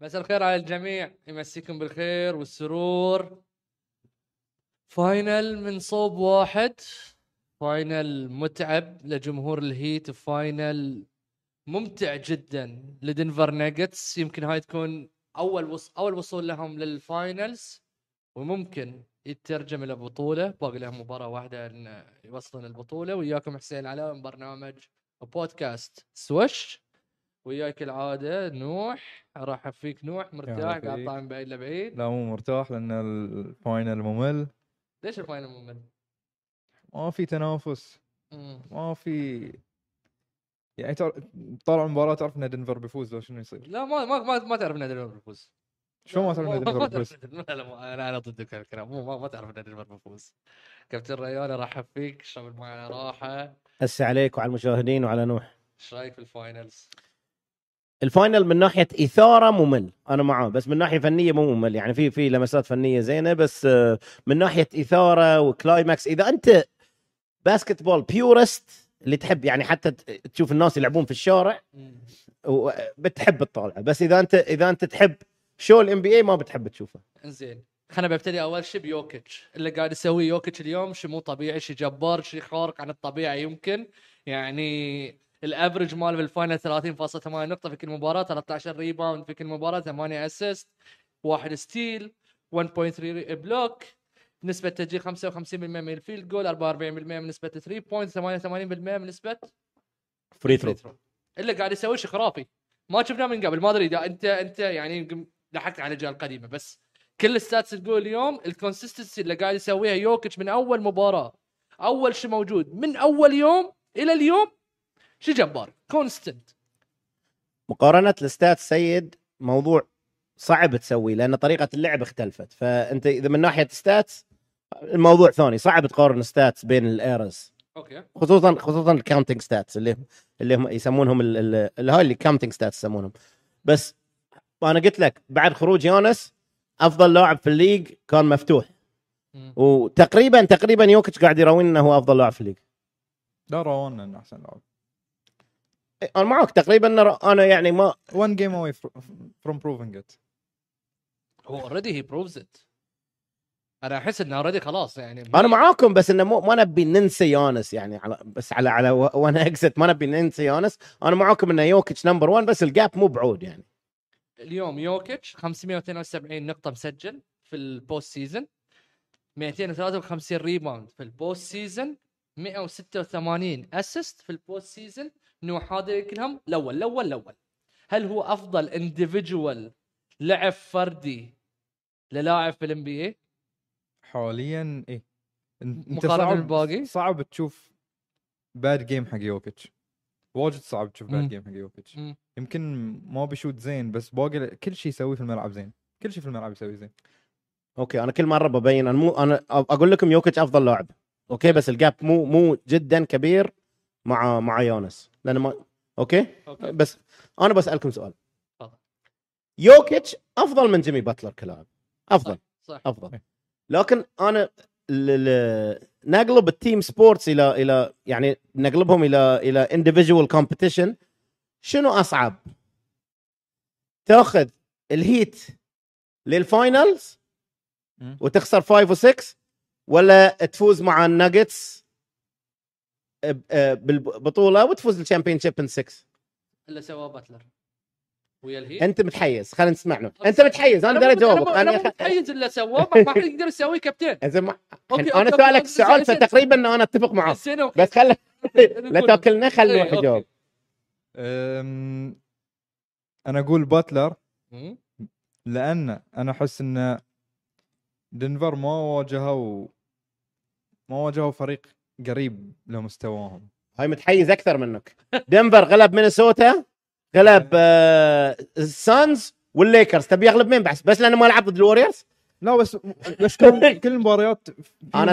مساء الخير على الجميع يمسيكم بالخير والسرور فاينل من صوب واحد فاينل متعب لجمهور الهيت فاينل ممتع جدا لدنفر ناجتس يمكن هاي تكون اول وص... اول وصول لهم للفاينلز وممكن يترجم الى بطوله باقي لهم مباراه واحده ان يوصلون البطوله وياكم حسين علاء من برنامج بودكاست سوش وياي كالعاده نوح رحب فيك نوح مرتاح هلا قاعد فيك. طالع من بعيد لبعيد لا مو مرتاح لان الفاينل ممل ليش الفاينل ممل؟ ما في تنافس مم. ما في يعني تعر- طالع المباراه تعرف ان دنفر بيفوز لو شنو يصير لا ما ما ما, ما تعرف نادي دنفر بيفوز شو ما لا، تعرف ان ما دنفر تعرف بيفوز نادي دنفر- لا لا مو- انا انا ضدك هالكلام مو ما, ما تعرف نادي دنفر بيفوز كابتن ريان رحب فيك اشرب الماء على راحه هسه عليك وعلى المشاهدين وعلى نوح ايش رايك في الفاينلز؟ الفاينل من ناحيه اثاره ممل انا معاه بس من ناحيه فنيه مو ممل يعني في في لمسات فنيه زينه بس آه، من ناحيه اثاره وكلايماكس اذا انت باسكت بول بيورست اللي تحب يعني حتى ت- تشوف الناس يلعبون في الشارع مم. و- بتحب تطالعه بس اذا انت اذا انت تحب شو الام بي اي ما بتحب تشوفه انزين خلينا ببتدي اول شيء بيوكيتش اللي قاعد يسويه يوكيتش اليوم شيء مو طبيعي شيء جبار شيء خارق عن الطبيعه يمكن يعني الافرج ماله بالفاينل 30.8 نقطه في كل مباراه 13 ريباوند في كل مباراه 8 اسيست واحد ستيل 1.3 ري- بلوك نسبة تسجيل 55% من الفيلد جول 44% من نسبة 3 بوينت 88% من نسبة فري free throw. اللي قاعد يسويه شيء خرافي ما شفناه من قبل ما ادري اذا انت انت يعني يمكن لحقت على الاجيال القديمه بس كل الستاتس تقول اليوم الكونسستنسي اللي قاعد يسويها يوكيتش من اول مباراه اول شيء موجود من اول يوم الى اليوم شيء جبار كونستنت مقارنه الستات سيد موضوع صعب تسويه لان طريقه اللعب اختلفت فانت اذا من ناحيه ستات الموضوع ثاني صعب تقارن ستات بين الايرز اوكي خصوصا خصوصا الكاونتنج ستاتس اللي اللي هم يسمونهم ال- ال- اللي هاي اللي كاونتنج ستاتس يسمونهم بس انا قلت لك بعد خروج يونس افضل لاعب في الليج كان مفتوح مم. وتقريبا تقريبا يوكيتش قاعد يراوينا انه هو افضل لاعب في الليج لا راونا انه احسن لاعب انا معك تقريبا نرى- انا يعني ما 1 جيم اواي فروم بروفينج ات هو اوريدي هي بروفز ات انا احس انه اوريدي خلاص يعني انا معاكم بس انه مو ما نبي ننسى يانس يعني على بس على على وانا اكزت ما نبي ننسى يانس انا معاكم انه يوكيتش نمبر 1 بس الجاب مو بعود يعني اليوم يوكيتش 572 نقطة مسجل في البوست سيزون 253 ريباوند في البوست سيزون 186 اسيست في البوست سيزون نوح هذا كلهم الاول الاول الاول هل هو افضل انديفيدوال لعب فردي للاعب في الام بي اي؟ حاليا ايه إن- انت مقارنة صعب بالباقي؟ صعب تشوف باد جيم حق يوكيتش واجد صعب تشوف مم. باد جيم حق يوكيتش مم. يمكن ما بيشوت زين بس باقي كل شيء يسويه في الملعب زين كل شيء في الملعب يسويه زين اوكي انا كل مره ببين انا مو انا أ- اقول لكم يوكيتش افضل لاعب اوكي بس الجاب مو مو جدا كبير مع مع يونس لان ما اوكي اوكي بس انا بسالكم سؤال تفضل. يوكيتش افضل من جيمي باتلر كلاعب افضل صح افضل إيه. لكن انا ال- ال- نقلب التيم سبورتس الى الى يعني نقلبهم الى الى انديفيدوال كومبيتيشن شنو اصعب؟ تاخذ الهيت للفاينلز مم. وتخسر 5 و6 ولا تفوز مع الناجتس بالبطوله وتفوز الشامبيون شيب ان 6 اللي سواه باتلر ويا الهيت انت متحيز خلينا نسمع نوع. انت متحيز انا مو- قاعد اجاوبك مو- انا مو انا متحيز اللي سواه ما ما حد يقدر يسويه كابتن إذا ما- أوكي، انا أوكي، سؤالك أوكي، السؤال زين، زين. فتقريبا انا اتفق معك زين، أوكي. بس خل لا نقول. تاكلنا خل إيه، نوح أوكي. يجاوب أم، انا اقول باتلر مم. لان انا احس ان دنفر ما واجهوا ما واجهوا فريق قريب لمستواهم هاي متحيز اكثر منك دنفر غلب مينيسوتا غلب آه، السانز والليكرز تبي يغلب مين بس بس لانه ما لعب ضد الوريورز لا بس بس كل كل المباريات في انا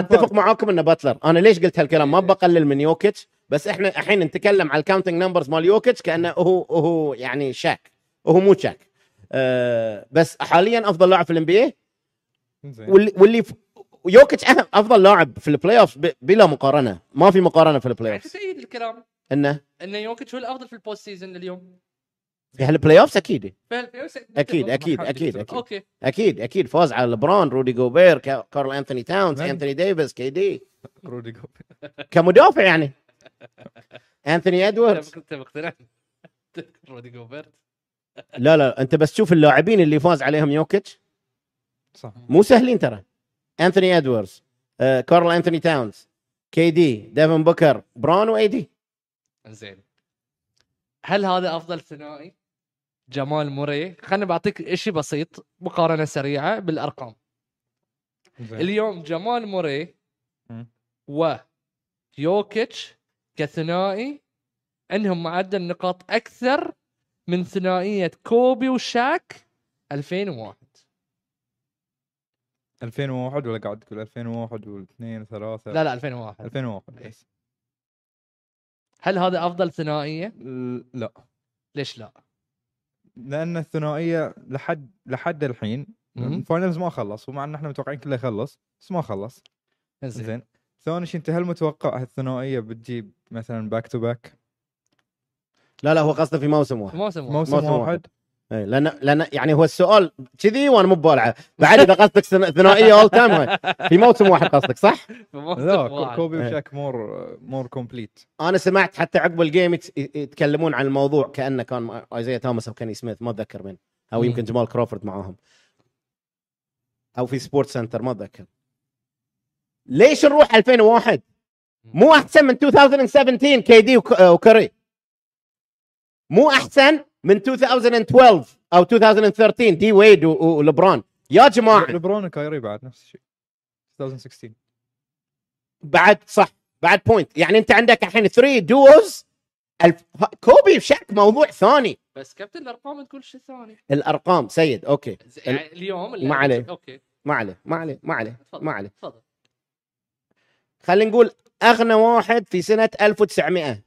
مباراة. اتفق معاكم انه باتلر انا ليش قلت هالكلام إيه. ما بقلل من يوكيتش بس احنا الحين نتكلم على الكاونتنج نمبرز مال يوكيتش كانه هو هو يعني شاك وهو مو شاك أه بس حاليا افضل لاعب في الام بي اي زين. واللي واللي ف- يوكيتش أهم- افضل لاعب في البلاي اوف بلا مقارنه ما في مقارنه في البلاي يعني اوف تأيد الكلام انه ان يوكيتش هو الافضل في البوست سيزون اليوم في هالبلاي اوفس اكيد اكيد اكيد اكيد اكيد اكيد اوكي اكيد اكيد فوز على لبرون رودي جوبير كا- كارل انثوني تاونز من؟ انثوني ديفيس كي دي رودي جوبر كمدافع يعني انثوني ادواردز انت مقتنع رودي جوبرت لا لا انت بس شوف اللاعبين اللي فاز عليهم يوكيتش صح مو سهلين ترى انثوني ادواردز آه، كارل انثوني تاونز كي دي ديفن بوكر برون واي دي زين هل هذا افضل ثنائي؟ جمال موري خليني بعطيك شيء بسيط مقارنه سريعه بالارقام زين. اليوم جمال موري مم. و يوكيتش كثنائي عندهم معدل نقاط اكثر من ثنائيه كوبي وشاك 2001 2001 ولا قاعد تقول 2001 و2 و3 لا لا 2001 2001 إيه. بس هل هذا افضل ثنائيه؟ ل- لا ليش لا؟ لان الثنائيه لحد لحد الحين مم. الفاينلز ما خلص ومع ان احنا متوقعين كله يخلص بس ما خلص زين زين ثاني شيء انت هل متوقع هالثنائيه بتجيب مثلا باك تو باك لا لا هو قصده في موسم واحد موسم واحد. موسم موسم واحد. واحد إيه، لان لان يعني هو السؤال كذي وانا مو ببالعه بعد اذا قصدك ثنا- ثنائيه اول تايم في موسم واحد قصدك صح؟ موسم لا كو- واحد. كوبي إيه. وشاك مور مور كومبليت انا سمعت حتى عقب الجيم يت- يتكلمون عن الموضوع كانه كان ايزايا توماس او كاني سميث ما اتذكر من او مم. يمكن جمال كروفورد معاهم او في سبورت سنتر ما اتذكر ليش نروح 2001 مو احسن من 2017 كي دي وك- وكري مو احسن من 2012 او 2013 دي ويد و- و- ولبران يا جماعه لبرون وكايري بعد نفس الشيء 2016 بعد صح بعد بوينت يعني انت عندك الحين 3 دوز الف... كوبي وشاك موضوع ثاني بس كابتن الارقام تقول شيء ثاني الارقام سيد اوكي زين، يعني اليوم اللي- ما عليه. اوكي ما عليه ما عليه ما عليه تفضل ما عليه تفضل خلينا نقول اغنى واحد في سنه 1900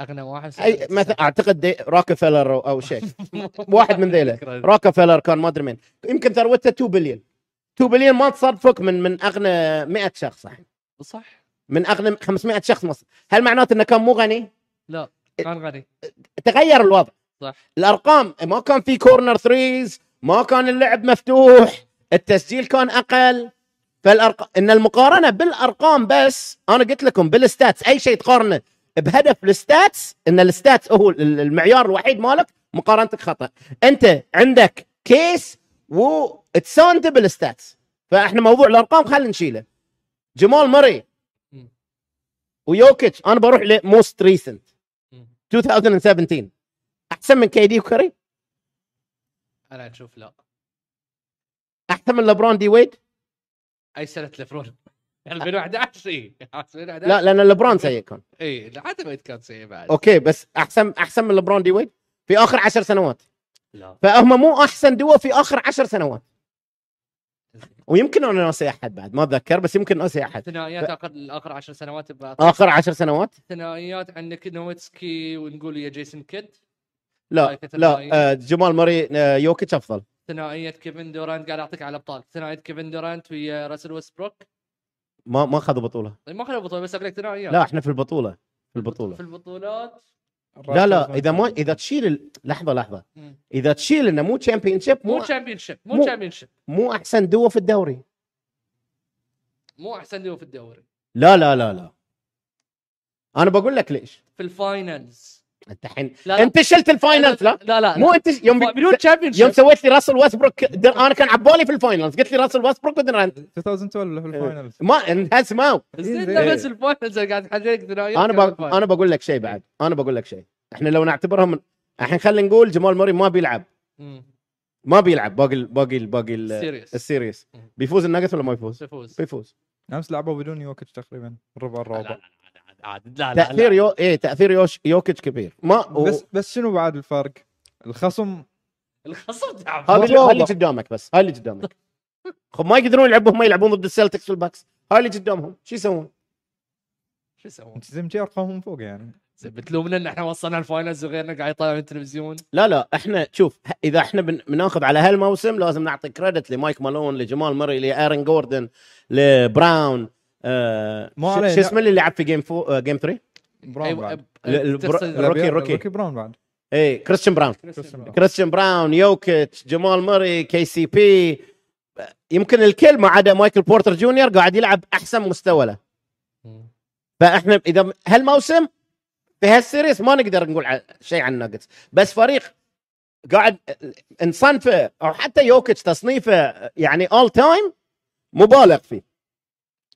اغنى واحد اي مثلا اعتقد دي- روكفلر أو- او شيء واحد من ذيلا فكرة. روكفلر كان ما ادري مين يمكن ثروته 2 بليون 2 بليون ما تصرفك من من اغنى 100 شخص الحين صح من اغنى 500 شخص مصر هل معناته انه كان مو غني؟ كان غني تغير الوضع صح. الارقام ما كان في كورنر ثريز ما كان اللعب مفتوح التسجيل كان اقل فالارقام ان المقارنه بالارقام بس انا قلت لكم بالستاتس اي شيء تقارنه بهدف الستاتس ان الستاتس هو ال- المعيار الوحيد مالك مقارنتك خطا انت عندك كيس وتساند بالستاتس فاحنا موضوع الارقام خلينا نشيله جمال مري مم. ويوكيتش انا بروح لموست ريسنت مم. 2017 احسن من كي دي وكري انا اشوف لا احسن من لبرون دي ويد اي سنه لفرون 2011 اي 2011 لا لان لبرون سيء كان اي عاده إيه. ما كان سيء بعد اوكي بس احسن احسن من لبرون دي ويد في اخر عشر سنوات لا فهم مو احسن دوا في اخر عشر سنوات ويمكن انا ناسي احد بعد ما اتذكر بس يمكن ناسي احد ثنائيات اخر اخر 10 سنوات بعد اخر عشر سنوات ثنائيات عندك نويتسكي ونقول يا جيسون كيد لا لا آه، جمال ماري آه، يوكيتش افضل ثنائيه كيفن دورانت قاعد اعطيك على ابطال ثنائيه كيفن دورانت ويا راسل ويستبروك ما ما اخذوا بطوله طيب ما خلوا بطوله بس اقول لك ثنائيات لا احنا في البطوله في البطوله في البطولات لا لا اذا ما اذا تشيل ال- لحظه لحظه مم. اذا تشيل انه مو تشامبيون شيب مو مو تشامبيون شيب مو مو- تشامبيون شيب مو احسن دوا في الدوري مو احسن ديو في الدوري لا لا لا لا انا بقول لك ليش في الفاينلز انت الحين لا لا. انت شلت الفاينلز لا لا لا مو انت ش- يوم بي- بدون تشامبيون يوم سويت لي راسل ويسبروك در... انا كان عبالي في الفاينلز قلت لي راسل ويسبروك ودرانت 2012 في الفاينلز ما انهز ما زين إيه. لا بس الفاينلز اللي قاعد تحللك ثنائيات انا كان ب... الفاينلز. انا بقول لك شيء بعد انا بقول لك شيء احنا لو نعتبرهم من- الحين خلينا نقول جمال موري ما بيلعب مم. ما بيلعب باقي ال- باقي ال- باقي ال- سيريس السيريس بيفوز الناجت ولا ما يفوز؟ يفوز بيفوز امس لعبوا بدون يوكيتش تقريبا الربع الرابع لا لا تاثير يو... ايه تاثير يوش... يوكيتش كبير ما و... بس بس شنو بعد الفرق؟ الخصم الخصم هذا تعب اللي- هذا اللي قدامك بس هاي اللي قدامك خب ما يقدرون يلعبون هم يلعبون ضد السلتكس والباكس هاي اللي قدامهم شو يسوون؟ شو يسوون؟ انت زي ما جاي ارقامهم فوق يعني زين بتلومنا ان احنا وصلنا الفاينلز وغيرنا قاعد يطالع من التلفزيون لا لا احنا شوف ه- اذا احنا بن- بناخذ على هالموسم لازم نعطي كريدت لمايك مالون لجمال مري لايرن جوردن لبراون آه ما شو- عليه، لا. شو اسمه اللي لعب في جيم فو آه، جيم 3 براون بعد أيوة، ال- البر- تقصد- الروكي الروكي- الروكي. براون بعد اي كريستيان براون كريستيان براون. كريستيان براون يوكيتش جمال ماري كي سي بي يمكن الكل ما عدا مايكل بورتر جونيور قاعد يلعب احسن مستوى له مم. فاحنا اذا هالموسم في هالسيريس ما نقدر نقول ع- شيء عن الناجتس بس فريق قاعد نصنفه او حتى يوكيتش تصنيفه يعني اول تايم مبالغ فيه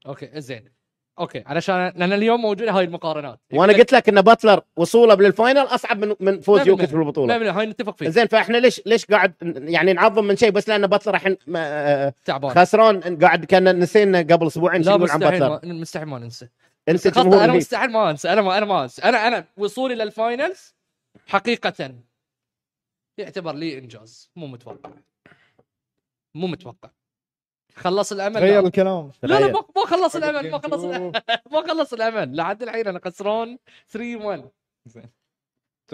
اوكي زين اوكي علشان لان اليوم موجوده هاي المقارنات وانا قلت لك ان باتلر وصوله بالفاينل اصعب من من فوز نعم، يوكيتش نعم. لا بالبطوله لا، هاي نتفق فيه زين فاحنا ليش ليش قاعد ن- يعني نعظم من شيء بس لان باتلر الحين ما- تعبان خسران قاعد كنا نسينا قبل اسبوعين شو لا نقول عن مستحيل باتلر ما مستحيل ما ننسى انت خطأ، جمهور انا الهيت. مستحيل ما انسى انا ما انا ما انسى انا انا وصولي للفاينلز حقيقه يعتبر لي انجاز مو متوقع مو متوقع خلص الامل لا. تغير الكلام لا لا تغير. ما ما خلص الامل ما خلص الامل ما خلص الامل لحد الحين انا خسران 3 1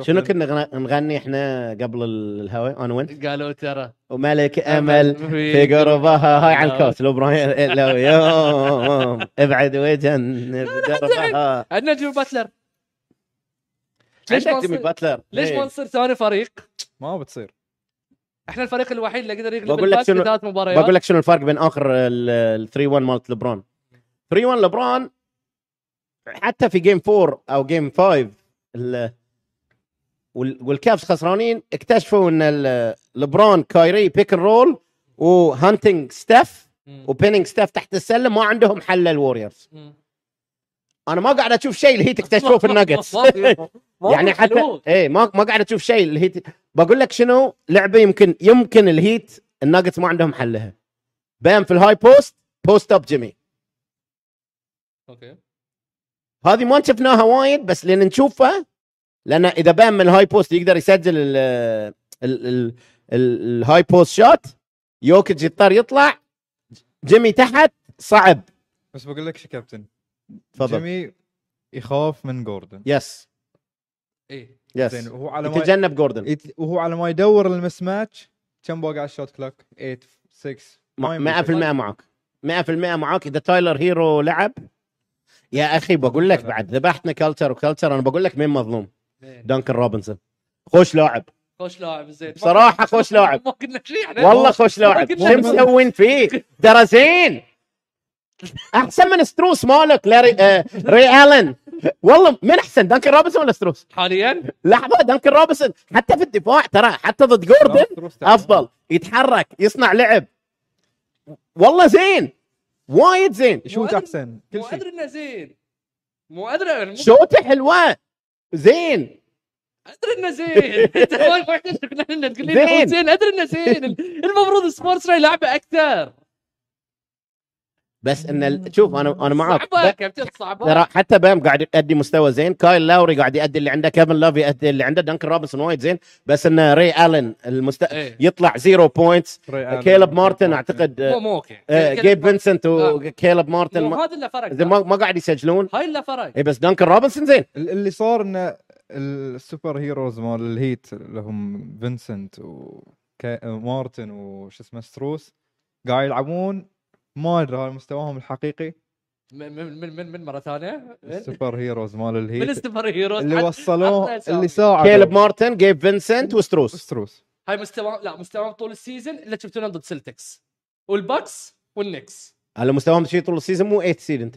شنو كنا غن- نغني احنا قبل الهواء انا وانت قالوا ترى وملك امل في قربها هاي على الكوس لو ابراهيم لو يوم ابعد وجنب قربها عندنا جيمي باتلر ليش ما عندك جيمي نصير- باتلر ليش ما إيه. نصير ثاني فريق؟ ما بتصير احنا الفريق الوحيد اللي قدر يغلب بقول لك الباك شنو- في ثلاث مباريات بقول لك شنو الفرق بين اخر ال 3 1 مالت لبرون 3 1 لبرون حتى في جيم 4 او جيم 5 ال- وال- والكابس خسرانين اكتشفوا ان ال- لبرون كايري بيك أند رول وهانتنج ستاف مم. وبيننج ستاف تحت السلم ما عندهم حل الوريورز مم. انا ما قاعد اشوف شيء اللي هي تكتشفه في الناجتس ما في- ما يعني في حتى حلول. ايه ما ما قاعد اشوف شيء الهيت بقول لك شنو لعبه يمكن يمكن الهيت الناجتس ما عندهم حل لها بام في الهاي بوست بوست اب جيمي اوكي هذه ما شفناها وايد بس لان نشوفها لان اذا بام من الهاي بوست يقدر يسجل ال ال ال ال- الهاي بوست شوت يوكيتش يضطر يطلع جيمي تحت صعب بس بقول لك شو كابتن تفضل جيمي يخاف من جوردن يس ايه زين يس وهو على ما يتجنب جوردن يت- وهو على ما يدور المس ماتش كم بقى على الشوت كلوك 8 6 مع- 100% معك 100% معك اذا تايلر هيرو لعب يا اخي بقول لك بعد ذبحنا كلتشر وكلتشر انا بقول لك مين مظلوم زين. دانكن روبنسون خوش لاعب خوش لاعب زين بصراحة خوش لاعب. ما قلنا شيء يعني. احنا والله خوش لاعب شو مسوين فيك درزين احسن من ستروس مالك لاري آه ري الن والله من احسن دانكن روبنسون ولا ستروس حاليا لحظه دانكن روبنسون حتى في الدفاع ترى حتى ضد جوردن افضل يتحرك يصنع لعب والله زين وايد زين يشوت احسن كل مو شيء ادري انه زين مو ادري أنا مو شوته حلوه زين ادري انه زين انت ما ما يحتاج إن- إن تقول لي زين. إنه زين ادري انه زين المفروض سبورتس راي لعبه اكثر بس ان ال- شوف انا انا معاك صعبه ب- كابتن صعبه ترى حتى بام قاعد يؤدي مستوى زين كايل لاوري قاعد يؤدي اللي عنده كيفن لاف يؤدي اللي عنده دانكن روبنسون وايد زين بس ان ري الن المست... إيه. يطلع زيرو بوينتس ري آلن. كيلب مارتن اعتقد مو آه، مو اوكي آه، جيب فينسنت وكيلب مارتن مو ما... هذا اللي فرق زين ما إيه. ما قاعد يسجلون هاي اللي فرق اي بس دانكن روبنسون زين ال- اللي صار انه السوبر هيروز مال الهيت اللي هم فينسنت ومارتن وش اسمه ستروس قاعد يلعبون ما ادري هذا مستواهم الحقيقي إيه. من من من- من من مره ثانيه السوبر هيروز مال من الهيت السوبر هيروز اللي حتى- وصلوه حتى أسامي. اللي ساعدوا كيلب مارتن جيب فينسنت وستروس ستروس هاي مستوى لا مستوى طول السيزون اللي شفتونا ضد سلتكس والباكس والنيكس على مستواهم شيء طول السيزون مو 8 سيد انت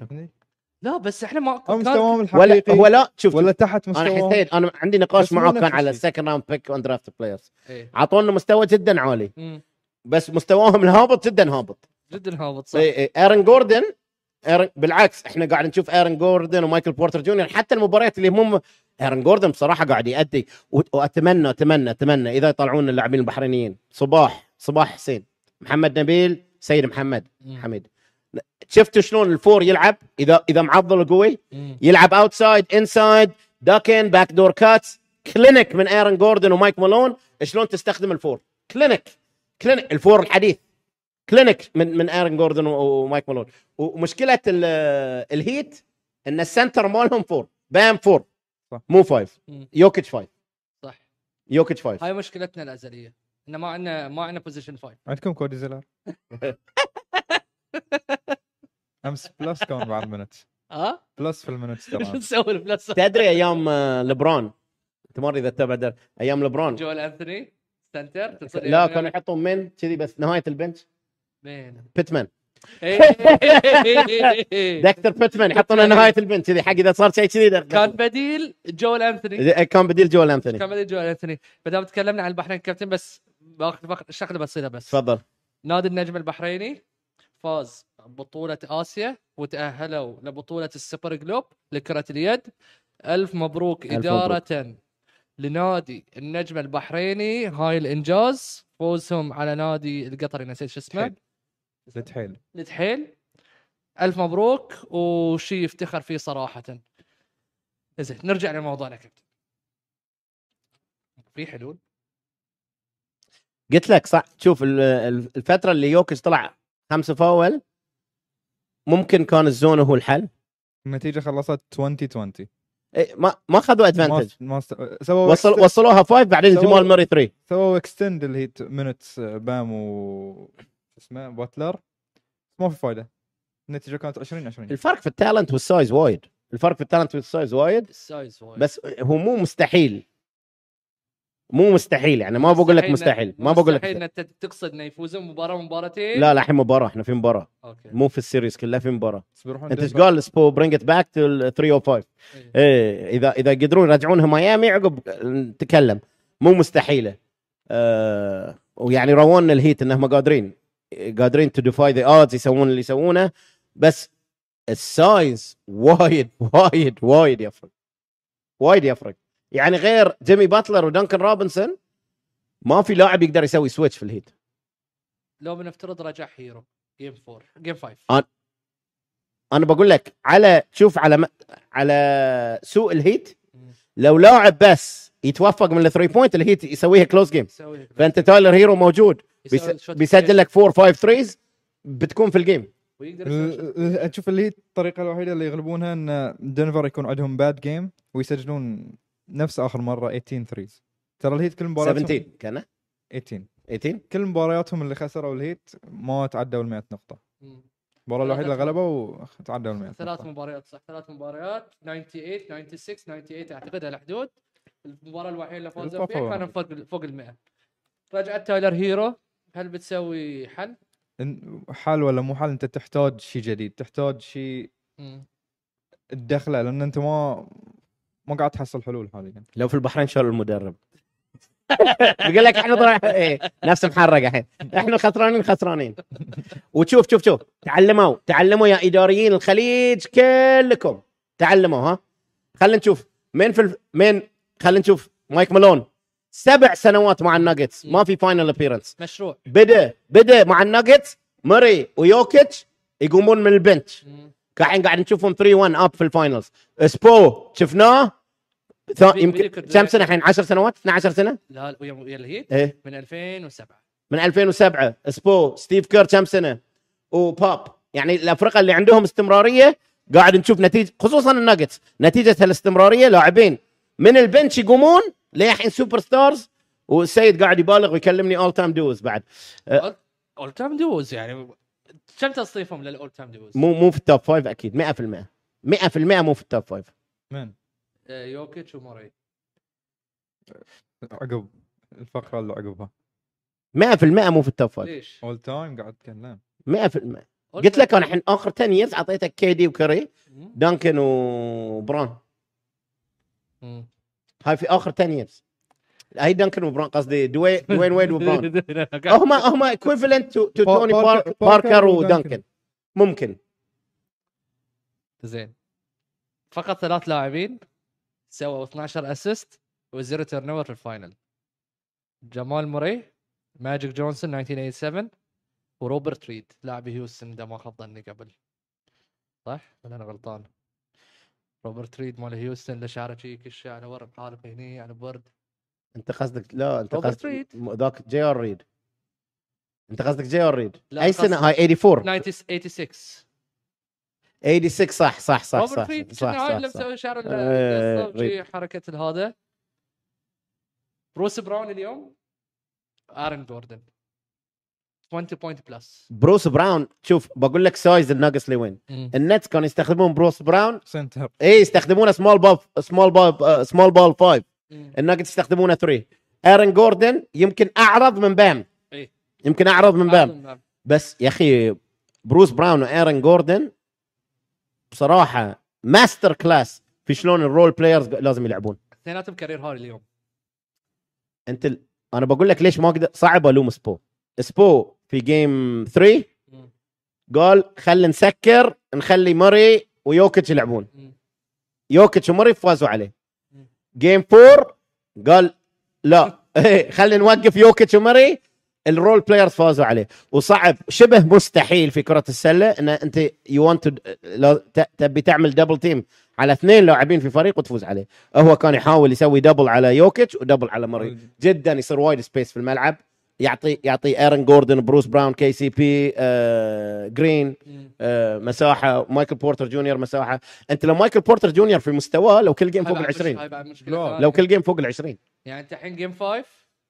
لا بس احنا ما او كان- مستواهم ولا الحقيقي هو لا شوف ولا تحت انا مستواهم حسيت انا عندي نقاش بس مو معاك نفس كان على الشيء. السكند راوند بيك اون درافت بلايرز إيه. اعطونا مستوى جدا عالي مم. بس مستواهم الهابط جدا هابط إيه، جدا هابط صح إي إي. ايرن جوردن ايرن بالعكس احنا قاعد نشوف ايرن جوردن ومايكل بورتر جونيور حتى المباريات اللي هم ايرن جوردن بصراحه قاعد يأدي و- واتمنى اتمنى اتمنى اذا يطلعون اللاعبين البحرينيين صباح صباح حسين محمد نبيل سيد محمد مم. حميد شفتوا شلون الفور يلعب اذا اذا معضل قوي مم. يلعب اوتسايد انسايد داكن باك دور كاتس كلينك من ايرن جوردن ومايك مالون شلون تستخدم الفور كلينك كلينك الفور الحديث كلينك من من ايرن جوردن و- ومايك مالون ومشكله ال- الهيت ان السنتر مالهم فور بام فور صح. مو فايف مم. يوكيتش فايف صح يوكيتش فايف هاي مشكلتنا الازليه ان ما عندنا ما عندنا بوزيشن فايف عندكم كودي زيلر امس بلس كان بعد منت ها بلس في المنت شو ترى نسوي البلاس تدري ايام آه، لبرون انت ما ادري اذا تتابع در- ايام لبرون جوال انثوني سنتر تتصل لا كانوا يحطون من كذي بس نهايه البنش مين بيتمان إيه. دكتور بيتمان يحطونه نهايه البنش كذي حق اذا صار شيء كذي كان بديل جوال انثوني كان بديل جوال انثوني كان بديل جوال انثوني ما دام تكلمنا عن البحرين كابتن بس باخذ باخذ شغله بسيطه بس تفضل نادي النجم البحريني فاز بطولة آسيا وتأهلوا لبطولة السوبر جلوب لكرة اليد ألف مبروك ألف إدارة لنادي النجم البحريني هاي الإنجاز فوزهم على نادي القطري نسيت شو اسمه حلو. لتحيل لتحيل ألف مبروك وشي يفتخر فيه صراحة زين نرجع لموضوعنا كابتن في حلول قلت لك صح شوف ال- ال- الفتره اللي يوكيش طلع خمسه فاول ممكن كان الزون هو الحل النتيجه خلصت 2020 إيه، ما ما خذوا ما ادفانتج ما است- سووا وصل وصل وصلوها فايف بعدين سووا- جمال ماري 3 سووا اكستند اللي هي مينتس بام و شو اسمه باتلر ما في فايده النتيجه كانت 20 20 الفرق في التالنت والسايز وايد الفرق في التالنت والسايز وايد السايز وايد. بس هو مو مستحيل مو مستحيل يعني ما بقول لك مستحيل ما بقول مستحيل لك ان انت تقصد انه يفوزون مباراه مباراتين لا لا الحين مباراه احنا في مباراه اوكي مو في السيريز كلها في مباراه بس بيروحون انت ايش دنفر. قال سبو برينج ات باك تو 305 إيه. ايه اذا اذا يقدرون يرجعونها ميامي عقب نتكلم مو مستحيله آه ويعني رونا الهيت انهم قادرين قادرين تو ديفاي ذا اودز يسوون اللي يسوونه بس السايز وايد وايد وايد يفرق وايد يفرق يعني غير جيمي باتلر ودنكن روبنسون ما في لاعب يقدر يسوي سويتش في الهيت لو بنفترض رجع هيرو جيم 4 جيم 5 آه. انا بقول لك على شوف على م- على سوق الهيت لو لاعب بس يتوفق من الثري بوينت الهيت يسويها كلوز جيم يسوي لك فانت تايلر هيرو موجود يسوي لك بيس... شوت بيسجل لك 4 5 3 بتكون في الجيم ويقدر يسوي شوت. ال- ال- تشوف أه، اللي هي الطريقه الوحيده اللي يغلبونها ان دنفر يكون عندهم باد جيم ويسجلون نفس اخر مره 18 ثريز ترى الهيت كل مباراتهم 17 كان 18 18 كل مبارياتهم اللي خسروا الهيت ما تعدوا ال 100 نقطه مم. المباراه الوحيده اللي غلبوا تعدوا ال 100 ثلاث نقطة. مباريات صح ثلاث مباريات 98 96 98 اعتقد الحدود المباراه الوحيده اللي فازوا البطولة. فيها كانوا فوق ال- فوق ال 100 رجعت تايلر هيرو هل بتسوي حل؟ إن- حل ولا مو حل انت تحتاج شيء جديد تحتاج شيء مم. تدخله لان انت ما ما قاعد تحصل حلول حاليا لو في البحرين شالوا المدرب يقول لك احنا طلع ايه نفس محرق الحين احنا خسرانين خسرانين وتشوف شوف شوف تعلموا تعلموا يا اداريين الخليج كلكم تعلموا ها خلينا نشوف مين في الف... مين خلينا نشوف مايك مالون سبع سنوات مع الناجتس ما في فاينل ابييرنس مشروع بدا بدا مع الناجتس مري ويوكيتش يقومون من البنش مم. الحين قاعد نشوفهم 3 1 اب في الفاينلز سبو شفناه ثا- بي- يمكن بيكر- كم سنه الحين 10 سنوات 12 سنه لا لا، ويا ويا الهيت ايه من 2007 من 2007 سبو ستيف كير كم سنه وباب يعني الافرقه اللي عندهم استمراريه قاعد نشوف نتيجه خصوصا الناجتس نتيجه هالاستمراريه لاعبين من البنش يقومون للحين سوبر ستارز والسيد قاعد يبالغ ويكلمني اول تايم دوز بعد اول تايم دوز يعني كم تصنيفهم للاول تايم دوز؟ مو مو في التوب فايف اكيد 100% 100% مو في التوب فايف من آه، يوكيتش وموري عقب الفقره اللي عقبها 100% مو في التوب فايف ليش؟ اول تايم قاعد اتكلم 100% طيب. قلت لك انا الحين اخر 10 ييرز اعطيتك كيدي وكري مم. دانكن وبرون مم. هاي في اخر 10 ييرز هاي دانكن وبرون قصدي دوي دوين ويد وبرون قاعد- هم هم ايكويفلنت تو تو بار- توني باركر- بار- باركر باركر ودانكن ودانكن. ممكن زين فقط ثلاث لاعبين سووا 12 اسيست وزيرو تيرن اوفر في الفاينل جمال موري ماجيك جونسون 1987 وروبرت ريد لاعب هيوستن اذا ما خاب ظني قبل صح ولا انا غلطان روبرت ريد مال هيوستن اللي شعره شي كشه على ورم حالف هني على برد انت قصدك لا انت روبرت قصدك ريد. م- ذاك جي ار ريد انت قصدك جي ار ريد لا، اي سنه قصدي- هاي 84 1986 86 صح صح صح روبرت صح ريد كنا صح هاي اللي صح صح مسوي شعر ال- آه، القصة وشي حركه الهذا بروس براون اليوم ارن جوردن 20 بوينت بلس بروس براون شوف بقول لك سايز الناقص لوين النتس كانوا يستخدمون بروس براون سنتر ايه يستخدمونه سمول باب سمول باب سمول بال 5 مم. الناجتس يستخدمونه 3 ايرن جوردن يمكن اعرض من بام إيه. يمكن اعرض من بام نعم. بس يا اخي بروس براون وايرن جوردن بصراحه ماستر كلاس في شلون الرول بلايرز لازم يلعبون اثنيناتهم كارير هاي اليوم انت ال... انا بقول لك ليش ما اقدر صعب الوم سبو سبو في جيم 3 مم. قال خلي نسكر نخلي ماري ويوكيتش يلعبون مم. يوكيتش وماري فازوا عليه مم. جيم 4 قال لا إيه، خلي نوقف يوكيتش وماري الرول بلايرز فازوا عليه وصعب شبه مستحيل في كرة السلة ان انت يو ونت تبي تعمل دبل تيم على اثنين لاعبين في فريق وتفوز عليه هو كان يحاول يسوي دبل على يوكيتش ودبل على ماري جدا يصير وايد سبيس في الملعب يعطي يعطي ايرن جوردن بروس براون كي سي بي آه، جرين مم. آه، مساحه مايكل بورتر جونيور مساحه انت لو مايكل بورتر جونيور في مستواه لو كل جيم هاي فوق بعد ال مش- 20 هاي بعد مشكلة لا. ثانية. لو كل جيم فوق ال 20 يعني انت الحين جيم 5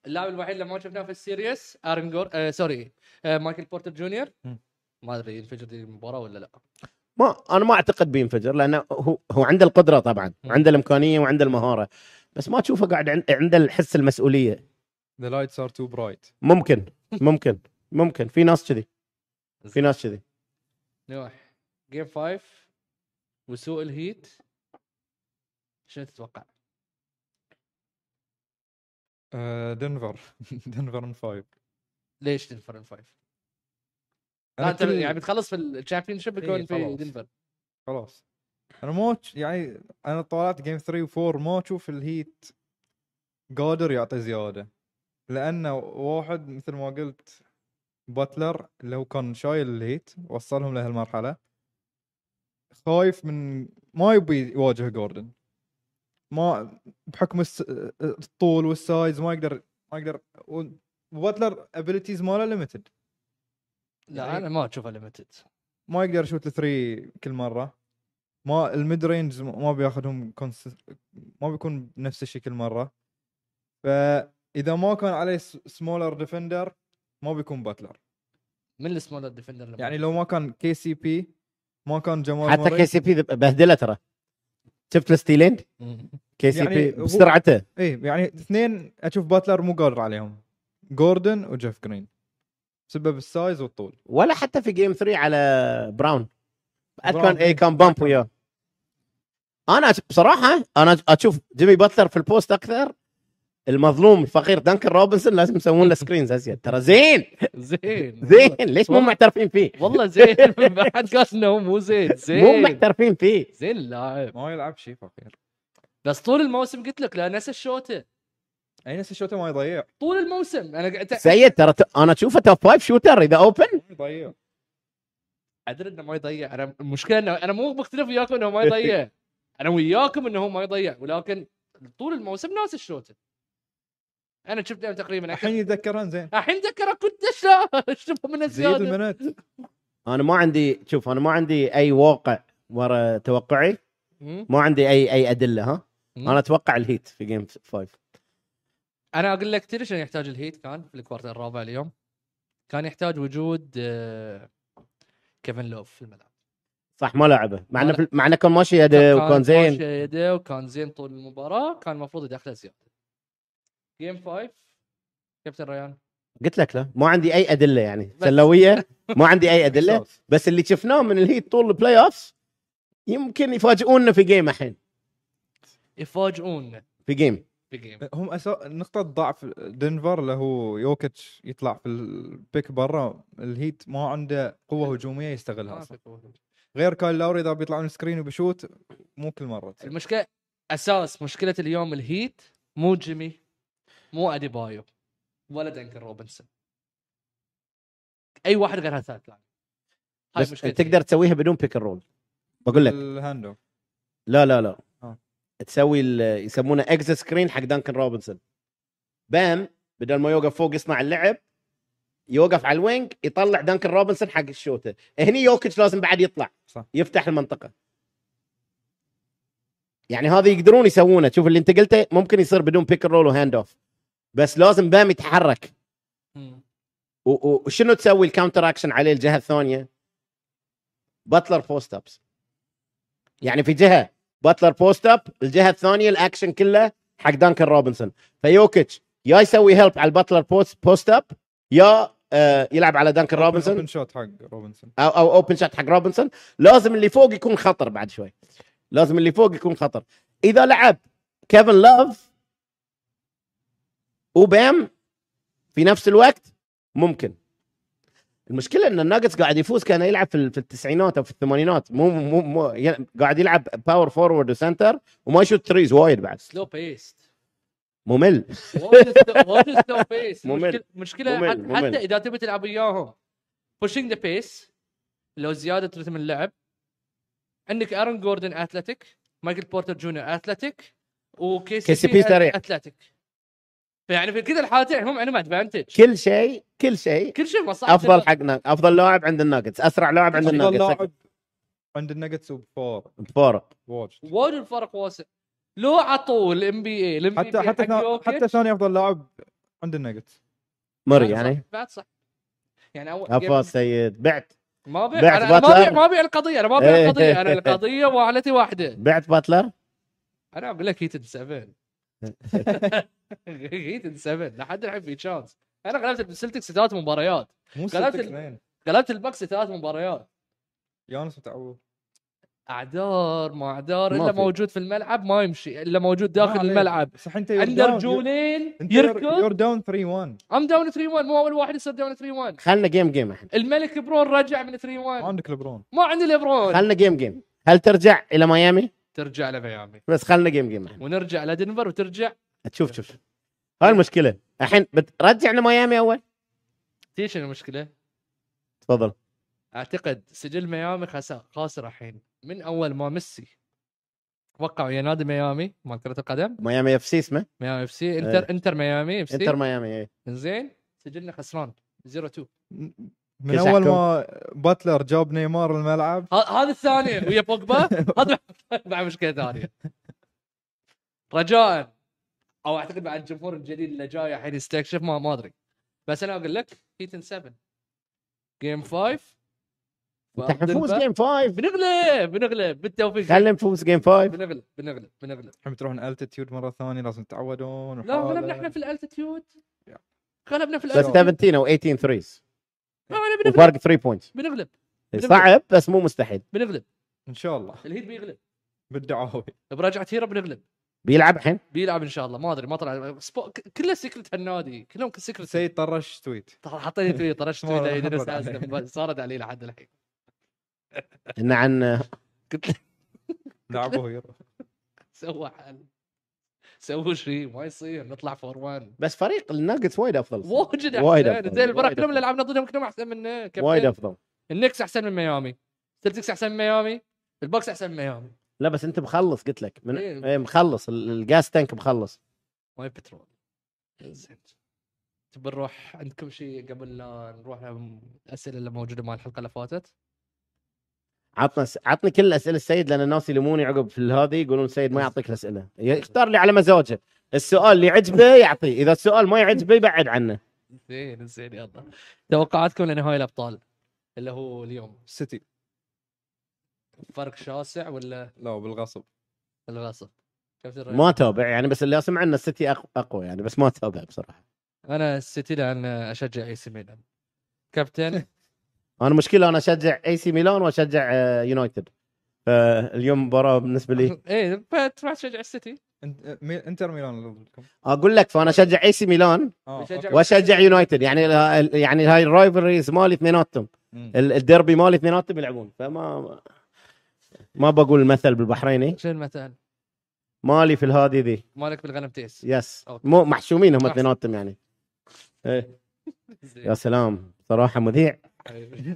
اللاعب الوحيد اللي ما شفناه في السيريس ارن جور آه سوري آه مايكل بورتر جونيور مم. ما ادري ينفجر دي المباراه ولا لا ما انا ما اعتقد بينفجر لانه هو هو عنده القدره طبعا وعنده الامكانيه وعنده المهاره بس ما تشوفه قاعد عن- عنده الحس المسؤوليه ذا لايتس ار تو برايت ممكن ممكن ممكن في ناس كذي في ناس كذي نروح جيم 5 وسوء الهيت شنو تتوقع؟ آه، دنفر دنفر ان فايف ليش دنفر 5 أنا انت كل- يعني بتخلص في الشامبيون شيب إيه، يكون في خلاص. دنفر خلاص انا ما أتش- يعني انا طالعت جيم 3 و4 ما اشوف الهيت قادر يعطي زياده لانه واحد مثل ما قلت باتلر اللي هو كان شايل الهيت وصلهم لهالمرحله خايف من ما يبي يواجه جوردن ما بحكم الس... آه، الطول والسايز ما يقدر ما يقدر و- وباتلر ابيلتيز ماله ليمتد لا يعني- انا ما اشوفه ليمتد ما يقدر يشوت الثري كل مره ما الميد رينج ما بياخذهم كونس- ما بيكون نفس الشيء كل مره فاذا ما كان عليه سمولر ديفندر ما بيكون باتلر من السمولر ديفندر يعني لو ما كان كي سي بي ما كان جمال حتى موري، كي سي بي بهدله ترى شفت الستيلين كي سي يعني بي هو- بسرعته ايه يعني اثنين اشوف باتلر مو قادر عليهم جوردن وجيف جرين بسبب السايز والطول ولا حتى في جيم 3 على براون بعد براون كان إيه، اي eh, كان بامب وياه انا أش- بصراحه انا اشوف جيمي باتلر في البوست اكثر المظلوم الفقير دانكن روبنسون لازم يسوون له سكرينز ازيد ترى زين زين زين ليش مو والله- معترفين فيه؟ والله زين ما حد قال انه مو زين مو زين معترفين فيه زين اللاعب ما يلعب شيء فقير بس طول الموسم قلت لك لا نسى الشوته اي نفس الشوطه ما يضيع طول الموسم انا قاعد سيد ترى ت- انا اشوفه توب فايف شوتر اذا اوبن ما يضيع ادري انه ما يضيع انا المشكله انه انا مو مختلف وياكم انه ما يضيع انا وياكم انه هو ما يضيع ولكن طول الموسم ناس الشوتة انا شفت اليوم تقريبا الحين يتذكرها زين الحين ذكر كنت اشوف شوف من زيد زياده المنات انا ما عندي شوف انا ما عندي اي واقع ورا توقعي مم. ما عندي اي اي ادله ها مم. انا اتوقع الهيت في جيم 5 انا اقول لك تدري شنو يحتاج الهيت كان في الكوارتر الرابع اليوم كان يحتاج وجود آه، كيفن لوف في الملعب صح ما لعبه ما مع انه في- مع انه كان ماشي يده وكان زين ماشي يده وكان زين طول المباراه كان المفروض يدخله زياده جيم 5 كابتن ريان قلت لك لا ما عندي اي ادله يعني سلويه ما عندي اي ادله بس اللي شفناه من الهيت طول البلاي اوف يمكن يفاجئوننا في جيم الحين يفاجئونا في جيم في جيم هم أسا... نقطة ضعف دنفر اللي هو يوكيتش يطلع في البيك برا الهيت ما عنده قوة إيه. هجومية آه. يستغلها ما أصلا في قوة. غير كايل لاوري إذا بيطلع من السكرين وبيشوت مو كل مرة المشكله اساس مشكله اليوم الهيت مو جيمي مو اديبايو ولا دنكن روبنسون اي واحد غير هالثالث لاعب هاي بس مشكله تقدر تسويها بدون بيك رول بقول لك الهاندو لا لا لا آه. تسوي ال- يسمونه اكزت سكرين حق دانكن روبنسون بام بدل ما يوقف فوق يسمع اللعب يوقف على الوينج يطلع دانكن روبنسون حق الشوته هني يوكيتش لازم بعد يطلع صح. يفتح المنطقه يعني هذا يقدرون يسوونه شوف اللي انت قلته ممكن يصير بدون بيك رول وهاند اوف بس لازم بام يتحرك مم. و- و- وشنو تسوي الكاونتر اكشن عليه الجهه الثانيه؟ باتلر بوست ابس يعني في جهه باتلر بوست اب الجهه الثانيه الاكشن كله حق دانكن روبنسون فيوكيتش يا يسوي هيلب على الباتلر بوست بوست اب يا آه، يلعب على دانكن روبنسون اوبن شوت حق روبنسون او او اوبن شوت حق روبنسون لازم اللي فوق يكون خطر بعد شوي لازم اللي فوق يكون خطر اذا لعب كيفن لاف وبام في نفس الوقت ممكن المشكله ان الناجتس قاعد يفوز كان يلعب في ال- في التسعينات او في الثمانينات مو مو, مو يعني قاعد يلعب باور فورورد وسنتر وما يشوت ثريز وايد بعد سلو بيست ممل وايد وايد سلو بيست ممل. مشكلة- مشكله ممل، حت- ممل. حتى اذا تبي تلعب وياهم بوشينج ذا بيس لو زياده رتم اللعب عندك ارون جوردن اثلتيك مايكل بورتر جونيور اثلتيك وكي سي KCP بي سريع. اثلتيك فيعني يعني في كذا الحالتين هم عندهم ادفانتج كل شيء كل شيء كل شيء مصلحه افضل حق نا- افضل لاعب عند الناجتس اسرع لاعب عند افضل الناجتس لاعب عند النجتس وبفور فارق واتش وايد الفرق واسع لو عطوا الام بي اي الام حتى حتى ثا- حتى ثاني افضل لاعب عند النجتس مري يعني بعد صح يعني اول عباس سيد بعت ما بيع بعت أنا- أنا ما باتلر. بيع ما بيع القضيه انا ما بيع إيه. القضيه انا القضيه وعلتي واحده بعت باتلر انا اقول لك هيتن 7 هيتن 7 لحد الحين في تشانس انا غلبت السلتكس ثلاث مباريات مو غلبت ال- اثنين غلبت البكس ثلاث مباريات يانس متعوب اعذار ما اعذار ما الا في. موجود في الملعب ما يمشي الا موجود ما داخل عليه. الملعب بس الحين انت إيه، عنده رجولين يركض يور داون 3 1 ام داون 3 1 مو اول واحد يصير داون 3 1 خلنا جيم جيم احنا الملك برون رجع من 3 1 عندك لبرون ما عندي ليبرون خلنا جيم جيم هل ترجع الى ميامي ترجع لميامي بس خلنا جيم جيم احنا ونرجع لدنفر وترجع تشوف شوف هاي إيه. المشكله الحين بترجع لميامي اول تدري شنو المشكله؟ تفضل اعتقد سجل ميامي خسا- خاسر الحين من اول ما ميسي وقع ويا نادي ميامي مال كره القدم ميامي اف سي اسمه ميامي اف سي انتر انتر ميامي اف انتر سي ميامي إيه. اي زين سجلنا خسران 0 2 من كيس اول أحكام. ما باتلر جاب نيمار الملعب هذا الثانيه ويا بوجبا هذا بعد مشكله ثانيه رجاء او اعتقد بعد الجمهور الجديد اللي جاي الحين يستكشف ما ما ادري بس انا اقول لك هيتن 7 جيم 5 احنا نفوز جيم 5 بنغلب بنغلب بالتوفيق خلينا نفوز جيم 5 بنغلب بنغلب بنغلب الحين بتروحون التيتيود مره ثانيه لازم تتعودون لا وحالة. غلبنا احنا في الالتيتيود آه، يا. غلبنا في بس الالتيتيود 17 او 18 ثريز لا، ولا آه، بنغلب وفرق 3 بوينت بنغلب صعب بس مو مستحيل بنغلب ان شاء الله الهيد بيغلب بالدعاوي برجعة هيرا بنغلب بيلعب الحين بيلعب ان شاء الله ما ادري ما طلع سبو... ك- كله سكرت هالنادي كلهم سكرت سيد طرش تويت طلع حطيني تويت طرشت ما تويت أي درس رد عليه. آسف، بس صارت علي لحد الحين انه عن قلت له لعبوا هيرو سوى حل سووا شيء ما يصير نطلع فور 1 بس فريق الناجتس وايد افضل واجد وايد احسن أفضل، زين الفرق وايد كلهم اللي أفضل. لعبنا ضدهم كلهم احسن منه كابتن. وايد افضل النكس احسن من ميامي السلتكس احسن من ميامي البوكس احسن من ميامي لا بس انت مخلص قلت لك من... إيه. إيه مخلص ال- الجاس تانك مخلص ماي بترول زين تبي نروح عندكم شيء قبل لا نروح الاسئله اللي موجوده مال الحلقه اللي فاتت عطنا س... عطني كل الاسئله السيد لان الناس يلموني عقب في هذه يقولون السيد ما يعطيك الاسئله ي- يختار لي على مزاجه السؤال اللي يعجبه يعطيه اذا السؤال ما يعجبه يبعد عنه زين زين يلا توقعاتكم لنهائي الابطال اللي هو اليوم سيتي فرق شاسع ولا لا بالغصب الغصب؟ كيف ترى؟ ما تابع يعني بس اللي اسمع ان السيتي أق... اقوى يعني بس ما تابع بصراحه انا السيتي لان اشجع اي سي ميلان كابتن انا مشكله انا اشجع اي سي ميلان واشجع آه، يونايتد فاليوم مباراه بالنسبه لي ايه فتروح تشجع السيتي انت- مي- انتر ميلان اللي ضدكم اقول لك فانا اشجع اي سي ميلان اه بشجع- أوكي. واشجع يونايتد يعني ال- يعني هاي الرايفريز مالي اثنيناتهم مم. ال- الديربي مالي اثنيناتهم يلعبون فما ما بقول المثل بالبحريني شنو المثل؟ مالي في الهادي ذي مالك بالغنم تيس يس أوكي. مو محشومين هم أحسن. اثنيناتهم يعني إيه. زين. يا سلام صراحه مذيع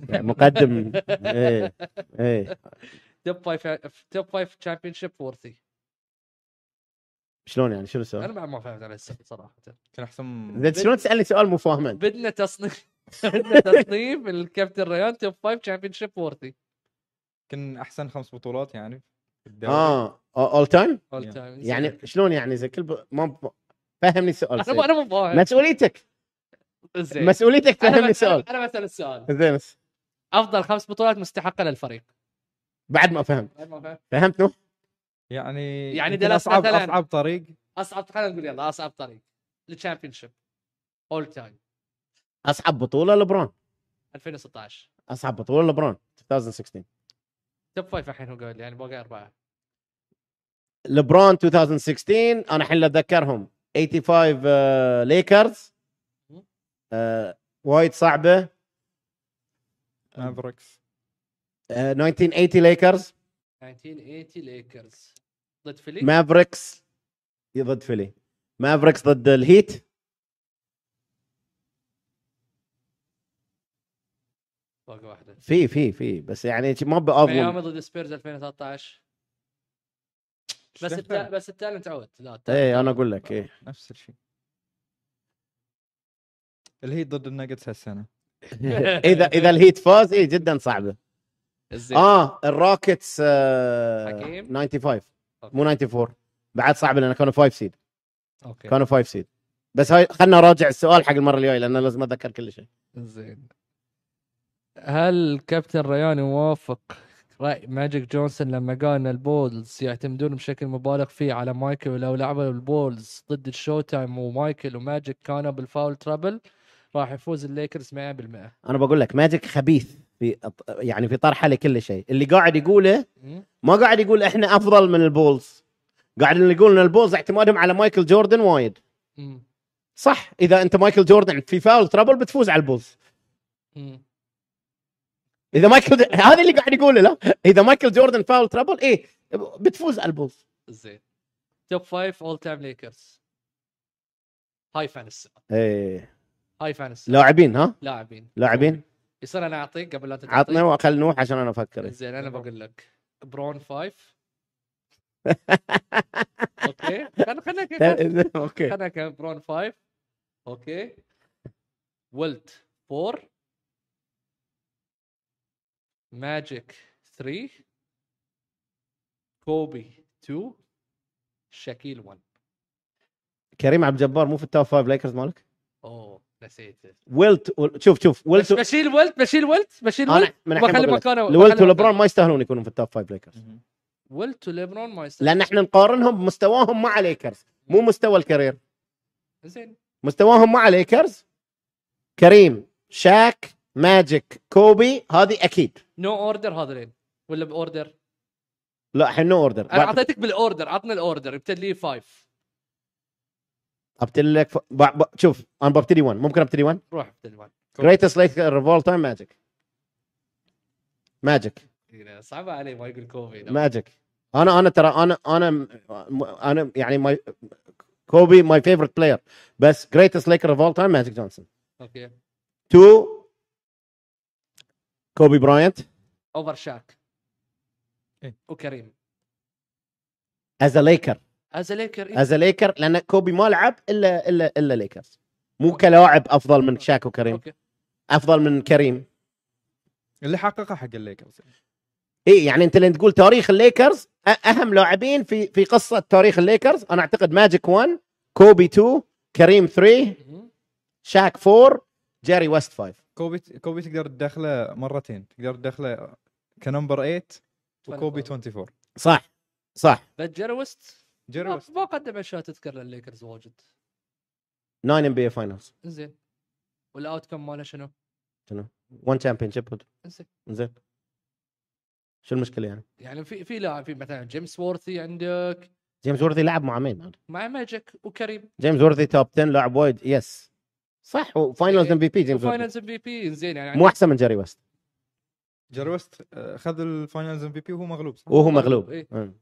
يعني مقدم ايه ايه توب فايف توب فايف تشامبيون شيب وورثي شلون يعني شنو انا السؤال؟ بعد ما فهمت على السبب صراحه كان احسن إذا شلون تسالني سؤال مو فاهمه؟ بدنا تصنيف بدنا تصنيف الكابتن ريان توب 5 تشامبيون شيب وورثي كان احسن خمس بطولات يعني بالدوري. اه اول تايم؟ اول Yeah. تايم يعني شلون يعني اذا كل ب... ما ب... فهمني السؤال انا مو سيد. انا مو فاهم مسؤوليتك زين مسؤوليتك أنا فهمني بس- السؤال انا بسال السؤال زين افضل خمس بطولات مستحقه للفريق بعد ما فهمت فهمت نوح؟ يعني يعني يمكن دلاس اصعب مثلاً. اصعب طريق اصعب خلينا نقول يلا اصعب طريق للشامبيون شيب اول تايم اصعب بطوله لبرون 2016 اصعب بطوله لبرون 2016 توب فايف الحين هو قال يعني باقي اربعه لبرون 2016 انا الحين اللي اتذكرهم 85 آه، ليكرز آه، وايد صعبه مافريكس آه، 1980 ليكرز 1980 ليكرز ضد فيلي مافريكس ضد فيلي مافريكس ضد الهيت باقي واحده في في في بس يعني ما ميامي باظلم ضد سبيرز 2013 بس إيش التا... دخل؟ بس التالنت عود لا التالنت اي انا اقول لك ايه نفس الشيء اللي هي ضد الناجتس هالسنه اذا اذا الهيت فاز إيه، اي جدا صعبه الزين. اه الروكيتس آه إيه. حكيم؟ 95 أوكي. مو 94 بعد صعب لان كانوا 5 سيد اوكي كانوا 5 سيد بس هاي خلنا نراجع السؤال حق المره الجايه لان لازم اتذكر كل شيء زين هل كابتن ريان يوافق راي ماجيك جونسون لما قال ان البولز يعتمدون بشكل مبالغ فيه على مايكل ولو لعبوا البولز ضد الشو تايم ومايكل وماجيك كانوا بالفاول ترابل راح يفوز الليكرز 100% انا بقول لك ماجيك خبيث في أط- يعني في طرحه لكل شيء اللي قاعد يقوله ما قاعد يقول احنا افضل من البولز قاعد يقول ان البولز اعتمادهم على مايكل جوردن وايد امم صح اذا انت مايكل جوردن في فاول ترابل بتفوز على البولز امم اذا مايكل هذا اللي قاعد يقوله لا اذا مايكل جوردن فاول ترابل ايه بتفوز على البولز زين توب 5 اول تايم ليكرز هاي فان السنه ايه هاي فان السنه لاعبين ها لاعبين لاعبين يصير انا اعطيك قبل لا انت تعطيك؟ عطنا وخل نوح عشان انا افكر زين انا بقول لك برون 5 اوكي خلنا خلنا كيف- اوكي خلنا كان برون 5 اوكي ولت 4 ماجيك 3 كوبي 2 شاكيل 1 كريم عبد الجبار مو في التوب فايف ليكرز مالك اوه نسيته ويلت و- شوف شوف ويلت بش- و- بشيل ولت بشيل ولت بشيل انا ولت من الحين بخلي بقول لك. مكانه ويلت بخلي ولبرون مكانه. ما يستاهلون يكونوا في التوب فايف ليكرز ولت وليبرون ما يصير لان احنا نقارنهم بمستواهم مع ليكرز مو مستوى الكارير زين مستواهم مع ليكرز كريم شاك ماجيك كوبي هذه اكيد نو اوردر هذولين ولا باوردر؟ لا الحين نو اوردر انا اعطيتك بالاوردر عطنا الاوردر ابتدي لي 5 ابتدي لك ف... ب... ب... شوف انا ببتدي 1 ممكن ابتدي 1 روح ابتدي 1 جريتست ليكر اوف اول تايم ماجيك ماجيك صعبه إيه، علي ما يقول كوفي لو. ماجيك انا انا ترى انا انا م- انا يعني ماي كوبي ماي فيفرت بلاير بس جريتست ليكر اوف اول تايم ماجيك جونسون اوكي 2 كوبي براينت اوفر شاك إيه. وكريم از ا ليكر از ليكر از ا ليكر لان كوبي ما لعب الا الا الا ليكرز مو كلاعب افضل من شاك وكريم اوكي افضل من كريم اللي حققها حق الليكرز اي يعني انت لما تقول تاريخ الليكرز أ- اهم لاعبين في في قصه تاريخ الليكرز انا اعتقد ماجيك 1 كوبي 2 كريم 3 مهم. شاك 4 جاري ويست 5 كوبي كوبي تقدر تدخله مرتين تقدر تدخله كنمبر 8 وكوبي 24 صح صح بس جيري ويست جيري ما ويست ما قدم اشياء تذكر للليكرز واجد 9 ام بي اي فاينلز زين والاوت كم ماله شنو؟ 1 تشامبيون شيب زين زين شو المشكله يعني؟ يعني في في لاعب في مثلا جيمس وورثي عندك جيمس وورثي لعب مع مين؟ مع ماجيك وكريم جيمس وورثي توب 10 لاعب وايد يس صح وفاينلز ام بي بي جيمس وورثي وفاينلز ام في بي زين إيه، يعني مو احسن من جاري ويست جيري ويست آه، خذ الفاينلز ام في بي وهو مغلوب صح؟ وهو مغلوب، مغلوب إيه. مم.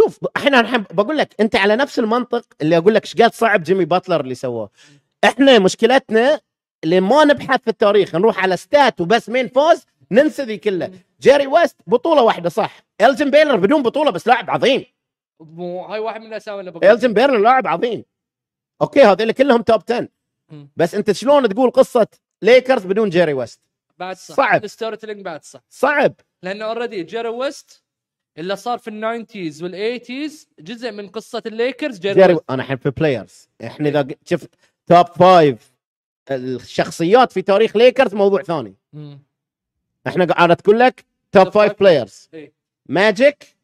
شوف احنا الحين بقول لك انت على نفس المنطق اللي اقول لك ايش قد صعب جيمي باتلر اللي سواه احنا مشكلتنا اللي ما نبحث في التاريخ نروح على ستات وبس مين فاز ننسى ذي كله جيري ويست بطوله واحده صح الجن بيلر بدون بطوله بس لاعب عظيم مو هاي واحد من الاسامي اللي بقول الجن بيلر لاعب عظيم اوكي هذول كلهم توب 10 مم. بس انت شلون تقول قصه ليكرز بدون جيري ويست بعد صح صعب. الستوري تيلينج بعد صح صعب لانه اوريدي جيري ويست اللي صار في الناينتيز والايتيز جزء من قصه الليكرز جيري, جيري ويست. انا الحين في بلايرز احنا اذا ق- شفت توب فايف الشخصيات في تاريخ ليكرز موضوع ثاني مم. احنا قاعد تقول لك توب Top five. فايف بلايرز إيه. ماجيك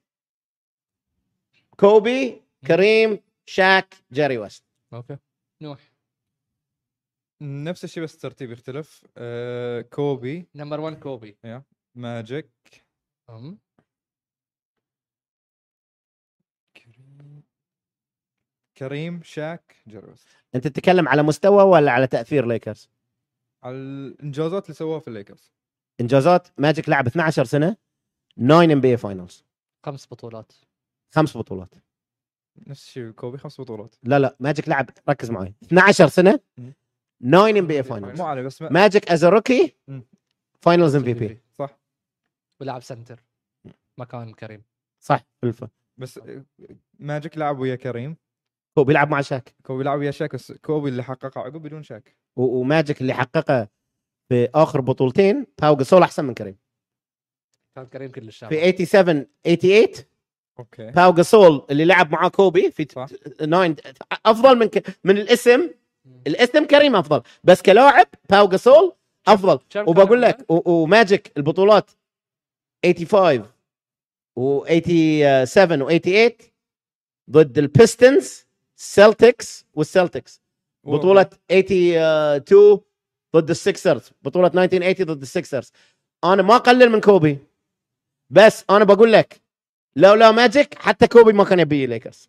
كوبي كريم شاك جيري ويست اوكي نوح نفس الشيء بس الترتيب يختلف آه كوبي نمبر 1 كوبي ماجيك أم. كريم كريم شاك جيروس انت تتكلم على مستوى ولا على تاثير ليكرز على الانجازات اللي سووها في الليكرز انجازات ماجيك لعب 12 سنه 9 ام بي فاينلز خمس بطولات خمس بطولات نفس الشيء كوبي خمس بطولات لا لا ماجيك لعب ركز معي 12 سنه مم. 9 ام بي فاينلز مو علي بس ما... ماجيك از روكي مم. فاينلز ام في بي صح ولاعب سنتر مكان كريم صح بالف بس آه، ماجيك لعب ويا كريم هو بيلعب مع شاك كوبي لعب ويا شاك بس كوبي اللي حققه عقب بدون شاك و- وماجيك اللي حققه في اخر بطولتين باو جاسول احسن من كريم كان كريم كلش شاب في 87 88 اوكي باو جاسول اللي لعب مع كوبي في صح 9 افضل من ك... من الاسم الاسم كريم افضل بس كلاعب باو جاسول افضل كم كان وبقول لك و- وماجيك البطولات 85 و87 و88 ضد البيستنز سيلتكس والسيلتكس بطولة 82 ضد السكسرز بطولة 1980 ضد السكسرز انا ما اقلل من كوبي بس انا بقول لك لو لا ماجيك حتى كوبي ما كان يبي ليكرز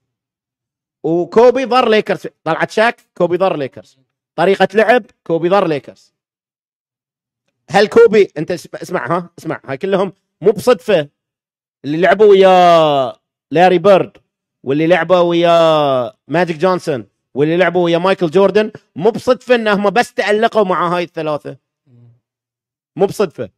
وكوبي ضر ليكرز طلعت شاك كوبي ضر ليكرز طريقة لعب كوبي ضر ليكرز هل كوبي انت اس- اسمع ها اسمع هاي كلهم مو بصدفة اللي لعبوا ويا لاري بيرد واللي لعبوا ويا ماجيك جونسون واللي لعبوا ويا مايكل جوردن مو بصدفة انهم بس تألقوا مع هاي الثلاثة عمره؟ مو بصدفة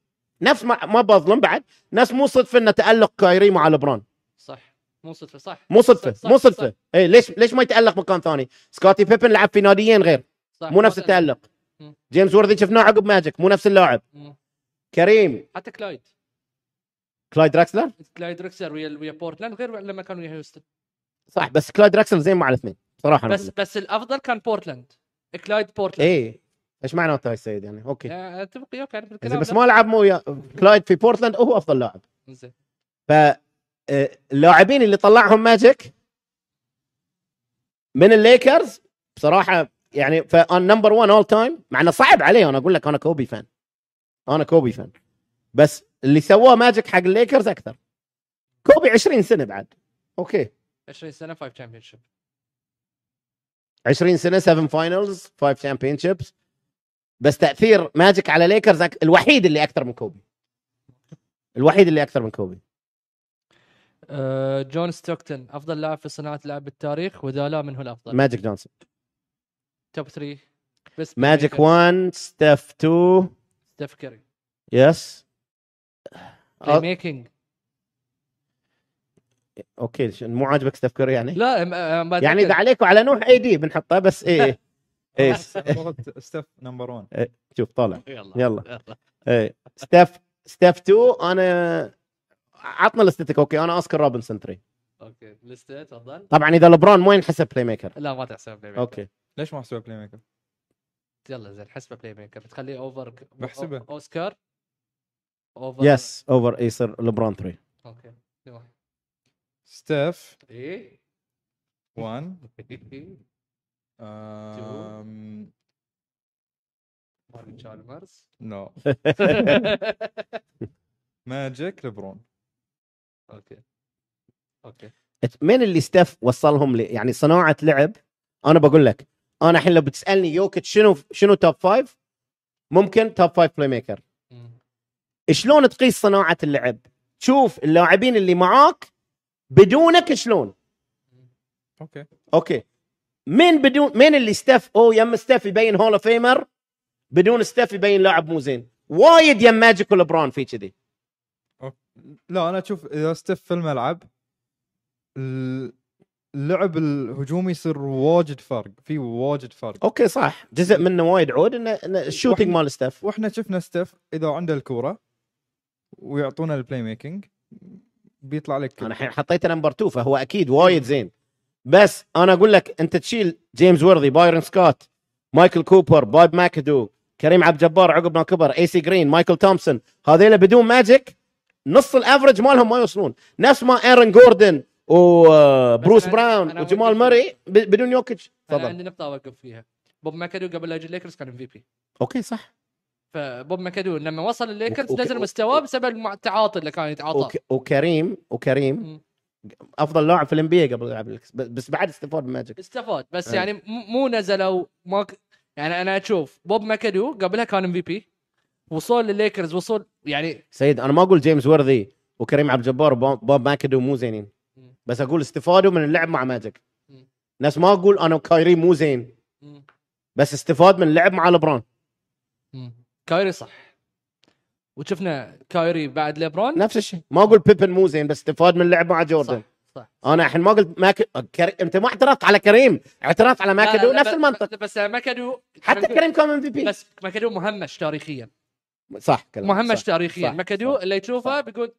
نفس ما ما بظلم بعد نفس مو صدفة انه تألق كايري مع لبرون صح مو صدفة صح مو صدفة صح، صح، مو صح، صدفة اي ليش ليش ما يتألق مكان ثاني سكوتي بيبن لعب في ناديين غير صح، مو نفس صدفة. التألق مم. جيمس وورثي شفناه عقب ماجيك مو نفس اللاعب مم. كريم حتى كلايد كلايد دراكسلر كلايد ريكسر ويا ويا بورتلاند غير لما كانوا ويا هيوستن صح بس كلايد دراكسلر زين مع الاثنين صراحة بس بس الافضل كان بورتلاند كلايد بورتلاند اي ايش إيه. معنى هاي السيد يعني اوكي آه، اتفق وياك يعني زين بالكلام بس لا. ما لعب مو ويا- كلايد في بورتلاند هو افضل لاعب زين فاللاعبين آه، اللي طلعهم ماجيك من الليكرز بصراحه يعني فان نمبر 1 اول تايم مع انه صعب عليه انا اقول لك انا كوبي فان انا كوبي فان بس اللي سواه ماجيك حق الليكرز اكثر كوبي 20 سنه بعد اوكي 20 سنة 5 تشامبيون شيب 20 سنه 7 فاينلز 5 تشامبيون شيبس بس تاثير ماجيك على ليكرز أك... الوحيد اللي اكثر من كوبي الوحيد اللي اكثر من كوبي آه، جون ستوكتون افضل لاعب في صناعة لعب التاريخ واذا لا من هو الافضل ماجيك جونسون توب 3 بس ماجيك 1 ستاف 2 ستيف كاري يس بلاي ميكينج اوكي ش- مو عاجبك ستيف كوري يعني؟ لا أم- أم- ما يعني أتذكر. اذا عليك وعلى نوح اي دي بنحطه بس ايه ايه بطولة ستيف نمبر 1 شوف طالع يلا يلا. ايه ستيف ستيف 2 انا عطنا الاستاتيك اوكي انا اسكر روبنسون 3 اوكي لسته تفضل طبعا اذا لبرون ما ينحسب بلاي ميكر لا ما تحسب بلاي ميكر اوكي ليش ما احسبها بلاي ميكر؟ يلا زين حسبه بلاي ميكر بتخليه اوفر بحسبه. أو- اوسكار اوفر يس اوفر يصير لبرون 3 اوكي ستيف ايه 1 أم... مارك تشالمرز نو ماجيك لبرون اوكي اوكي مين اللي ستيف وصلهم لي يعني صناعه لعب انا بقول لك انا الحين لو بتسالني يوكيت شنو شنو توب فايف ممكن توب فايف بلاي ميكر مم. شلون تقيس صناعه اللعب؟ شوف اللاعبين اللي معاك بدونك شلون؟ اوكي اوكي مين بدون مين اللي ستاف او يم ستاف يبين هول اوف فيمر بدون ستاف يبين لاعب مو زين وايد يم ماجيك ولبرون في كذي لا انا اشوف اذا ستيف في الملعب ال- اللعب الهجومي يصير واجد فرق في واجد فرق اوكي صح جزء منه وايد عود انه إن الشوتنج واحد- مال ستاف واحنا شفنا ستيف اذا عنده الكوره ويعطونا البلاي ميكنج بيطلع لك انا الحين حطيته نمبر 2 فهو اكيد وايد زين بس انا اقول لك انت تشيل جيمس وورثي بايرن سكوت مايكل كوبر بوب ماكدو كريم عبد الجبار عقب ما كبر اي سي جرين مايكل تومسون هذيلا بدون ماجيك نص الافرج مالهم ما يوصلون نفس ما ايرن جوردن وبروس آه، بس أنا- براون أنا وجمال أقول- ماري ب- بدون يوكيتش انا تفضل عندي نقطه اوقف فيها بوب ماكادو قبل لا يجي الليكرز كان ام في بي اوكي صح فبوب ماكادو لما وصل الليكرز أوكي، نزل أوكي. مستواه بسبب المع- التعاطي اللي كان يتعاطاه وك- وكريم وكريم مم. افضل لاعب في الانبياء قبل يلعب الكس- ب- بس بعد استفاد من ماجيك استفاد بس أي. يعني م- مو نزلوا ما ك... يعني انا اشوف بوب ماكادو قبلها كان ام في بي وصول للليكرز وصول يعني سيد انا ما اقول جيمس وورثي وكريم عبد الجبار وبوب بوب ماكدو مو زينين مم. بس اقول استفادوا من اللعب مع ماجيك مم. ناس ما اقول انا كايري مو زين مم. بس استفاد من اللعب مع لبران مم. كايري صح وشفنا كايري بعد ليبرون نفس الشيء ما اقول بيبن مو زين بس استفاد من اللعب مع صح جوردن صح انا الحين ما قلت ماك كري... انت ما اعترضت على كريم اعترضت على لا، ماكدو لا، نفس لا، المنطق لا، بس ماكادو حتى كريم كان ام في بي بس ماكادو مهمش تاريخيا صح كلام مهمش صح. تاريخيا صح، ماكادو صح، اللي يشوفه صح. بيقول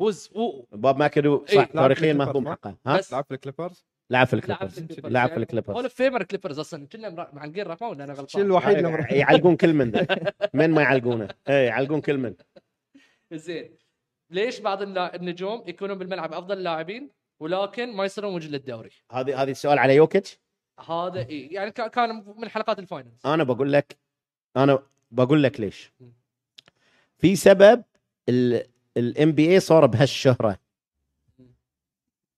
وز و- بوب ماكدو صح إيه. تاريخيا لعب في مهضوم الكليبرز، حقه ها بس- لعب في الكليبرز لعب في لعب في الكليبرز الكليبرز. لعب في هول الكليبرز اوف فيمر كليبرز اصلا كنا مر- معلقين رقمه ولا انا شيء غلطان الوحيد اللي مرة- يعلقون كل من ذا من ما يعلقونه اي يعلقون كل من زين ليش بعض اللا- النجوم يكونون بالملعب افضل لاعبين ولكن ما يصيرون وجه للدوري هذه هذه السؤال على يوكيتش هذا إيه؟ يعني كا- كان من حلقات الفاينلز انا بقول لك انا بقول لك ليش في سبب الام بي اي صار بهالشهره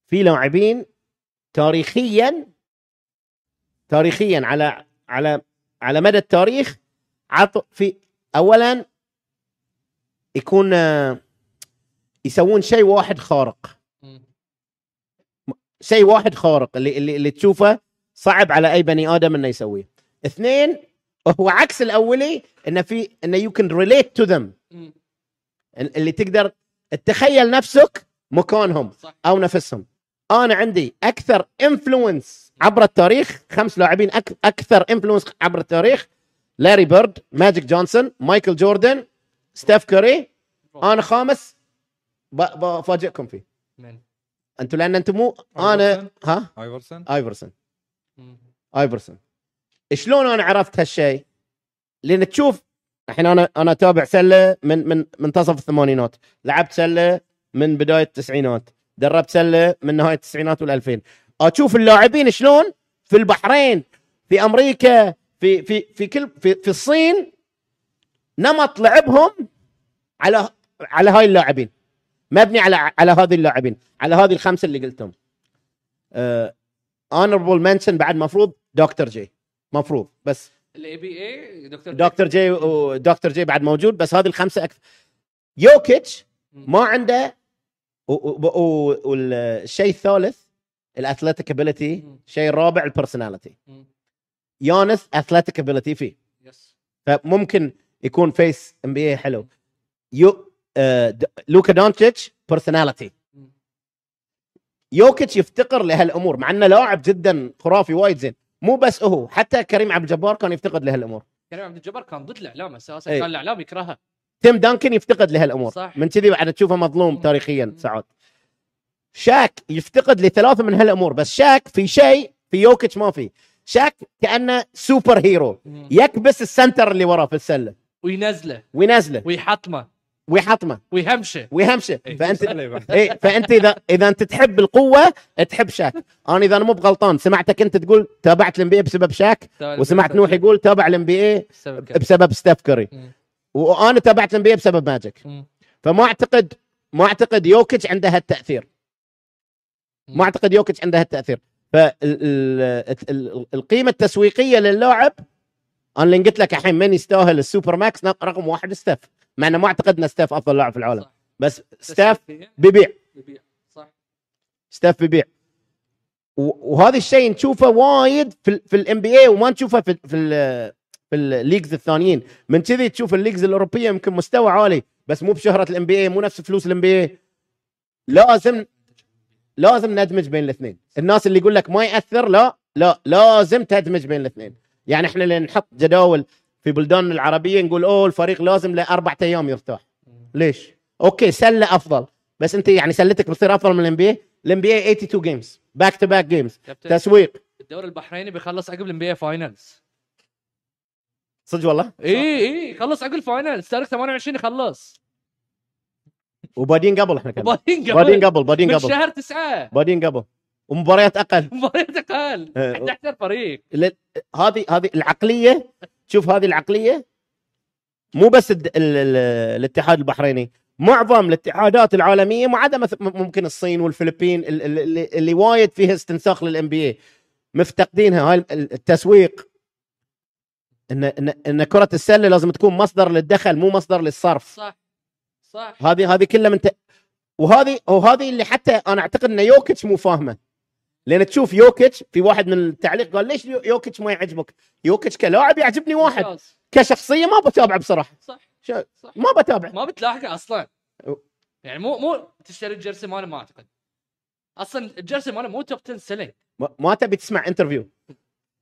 في لاعبين تاريخيا تاريخيا على على على مدى التاريخ عطوا في اولا يكون آه، يسوون شيء واحد خارق مم. شيء واحد خارق اللي اللي, اللي تشوفه صعب على اي بني ادم انه يسويه. اثنين هو عكس الاولي انه في انه يو كان ريليت تو ذم مم. اللي تقدر تتخيل نفسك مكانهم صح او نفسهم. انا عندي اكثر انفلونس عبر التاريخ خمس لاعبين أك اكثر انفلونس عبر التاريخ لاري بيرد، ماجيك جونسون، مايكل جوردن، ستيف كوري، انا خامس ب- بفاجئكم فيه. من انتوا لان انتم مو انا ها ايفرسون ايفرسون مم. ايفرسون شلون انا عرفت هالشيء؟ لان تشوف الحين انا انا اتابع سله من من منتصف الثمانينات، لعبت سله من بدايه التسعينات، دربت سله من نهايه التسعينات والألفين اشوف اللاعبين شلون في البحرين، في امريكا، في في في كل في, في الصين نمط لعبهم على على هاي اللاعبين مبني على على هذه اللاعبين، على هذه الخمسه اللي قلتهم. أه، اونربل منشن بعد مفروض دكتور جي مفروض بس الاي بي اي دكتور دكتور جي ودكتور جي بعد موجود بس هذه الخمسه اكثر يوكيتش ما عنده و- و- و- والشيء الثالث الاثليتيك ابيلتي مم. الشيء الرابع البرسوناليتي مم. يونس اثليتيك ابيلتي فيه يس فممكن يكون فيس ام بي اي حلو يو آه د- لوكا دونتش بيرسوناليتي مم. يوكيتش يفتقر لهالامور مع انه لاعب جدا خرافي وايد زين مو بس هو حتى كريم عبد الجبار كان يفتقد لهالامور كريم عبد الجبار كان ضد الاعلام اساسا إيه. كان الاعلام يكرهها تيم دانكن يفتقد لهالامور صح. من كذي بعد تشوفه مظلوم مم. تاريخيا مم. ساعات شاك يفتقد لثلاثه من هالامور بس شاك في شيء في يوكيتش ما في شاك كانه سوبر هيرو مم. يكبس السنتر اللي وراه في السله وينزله وينزله ويحطمه ويحطمه ويهمشه ويهمشه إيه. فانت إيه. ايه فانت اذا اذا انت تحب القوه تحب شاك انا اذا انا مو بغلطان سمعتك انت تقول تابعت الام بي بسبب شاك وسمعت نوح يقول تابع الام بي بسبب كذا. بسبب ستيف كوري مم. وانا تابعت الام بي بسبب ماجيك مم. فما اعتقد ما اعتقد يوكيتش عنده هالتاثير مم. ما اعتقد يوكيتش عنده هالتاثير فالقيمه التسويقيه للاعب انا اللي قلت لك الحين من يستاهل السوبر ماكس رقم واحد ستيف مع انه ما اعتقد ان ستيف افضل لاعب في العالم صح. بس ستيف بس- بيبيع بيبيع. صح ستاف بيبيع و- وهذا الشيء نشوفه وايد في ال- في الام بي اي وما نشوفه في ال- في ال- في الليجز الثانيين من كذي تشوف الليجز الاوروبيه يمكن مستوى عالي بس مو بشهره الام بي اي مو نفس فلوس الام بي اي لازم لازم ندمج بين الاثنين الناس اللي يقول لك ما ياثر لا لا لازم تدمج بين الاثنين يعني احنا اللي نحط جداول في بلداننا العربيه نقول اوه الفريق لازم لاربع ايام يرتاح مم. ليش؟ اوكي سله افضل بس انت يعني سلتك بتصير افضل من الام بي الام بي 82 جيمز باك تو باك جيمز كابتن، تسويق الدوري البحريني بيخلص عقب الام بي فاينلز صدق والله إيه، اي اي خلص عقب الفاينلز تاريخ 28 يخلص وبادين قبل احنا كنا بادين قبل بادين قبل بادين من قبل شهر تسعة بادين قبل ومباريات اقل مباريات اقل إيه. 11 فريق ل- هذه هذه العقليه شوف هذه العقليه مو بس الد... ال... ال... الاتحاد البحريني معظم الاتحادات العالميه ما عدا مث- م- ممكن الصين والفلبين ال- ال- اللي, اللي وايد فيها استنساخ للان بي اي مفتقدينها هاي ال- التسويق ان ان ان كره السله لازم تكون مصدر للدخل مو مصدر للصرف صح صح هذه هذه كلها من ت... وهذه وهذه اللي حتى انا اعتقد ان يوكيتش مو فاهمه لان تشوف يوكيتش في واحد من التعليق قال ليش يو- يوكيتش ما يعجبك؟ يوكيتش كلاعب يعجبني واحد ممتاز. كشخصيه ما بتابعه بصراحه صح شو- صح ما بتابع ما بتلاحقه اصلا أو. يعني مو مو تشتري الجيرسي ماله ما اعتقد اصلا الجيرسي ماله مو توب 10 سيلينج ما- ما تبي تسمع انترفيو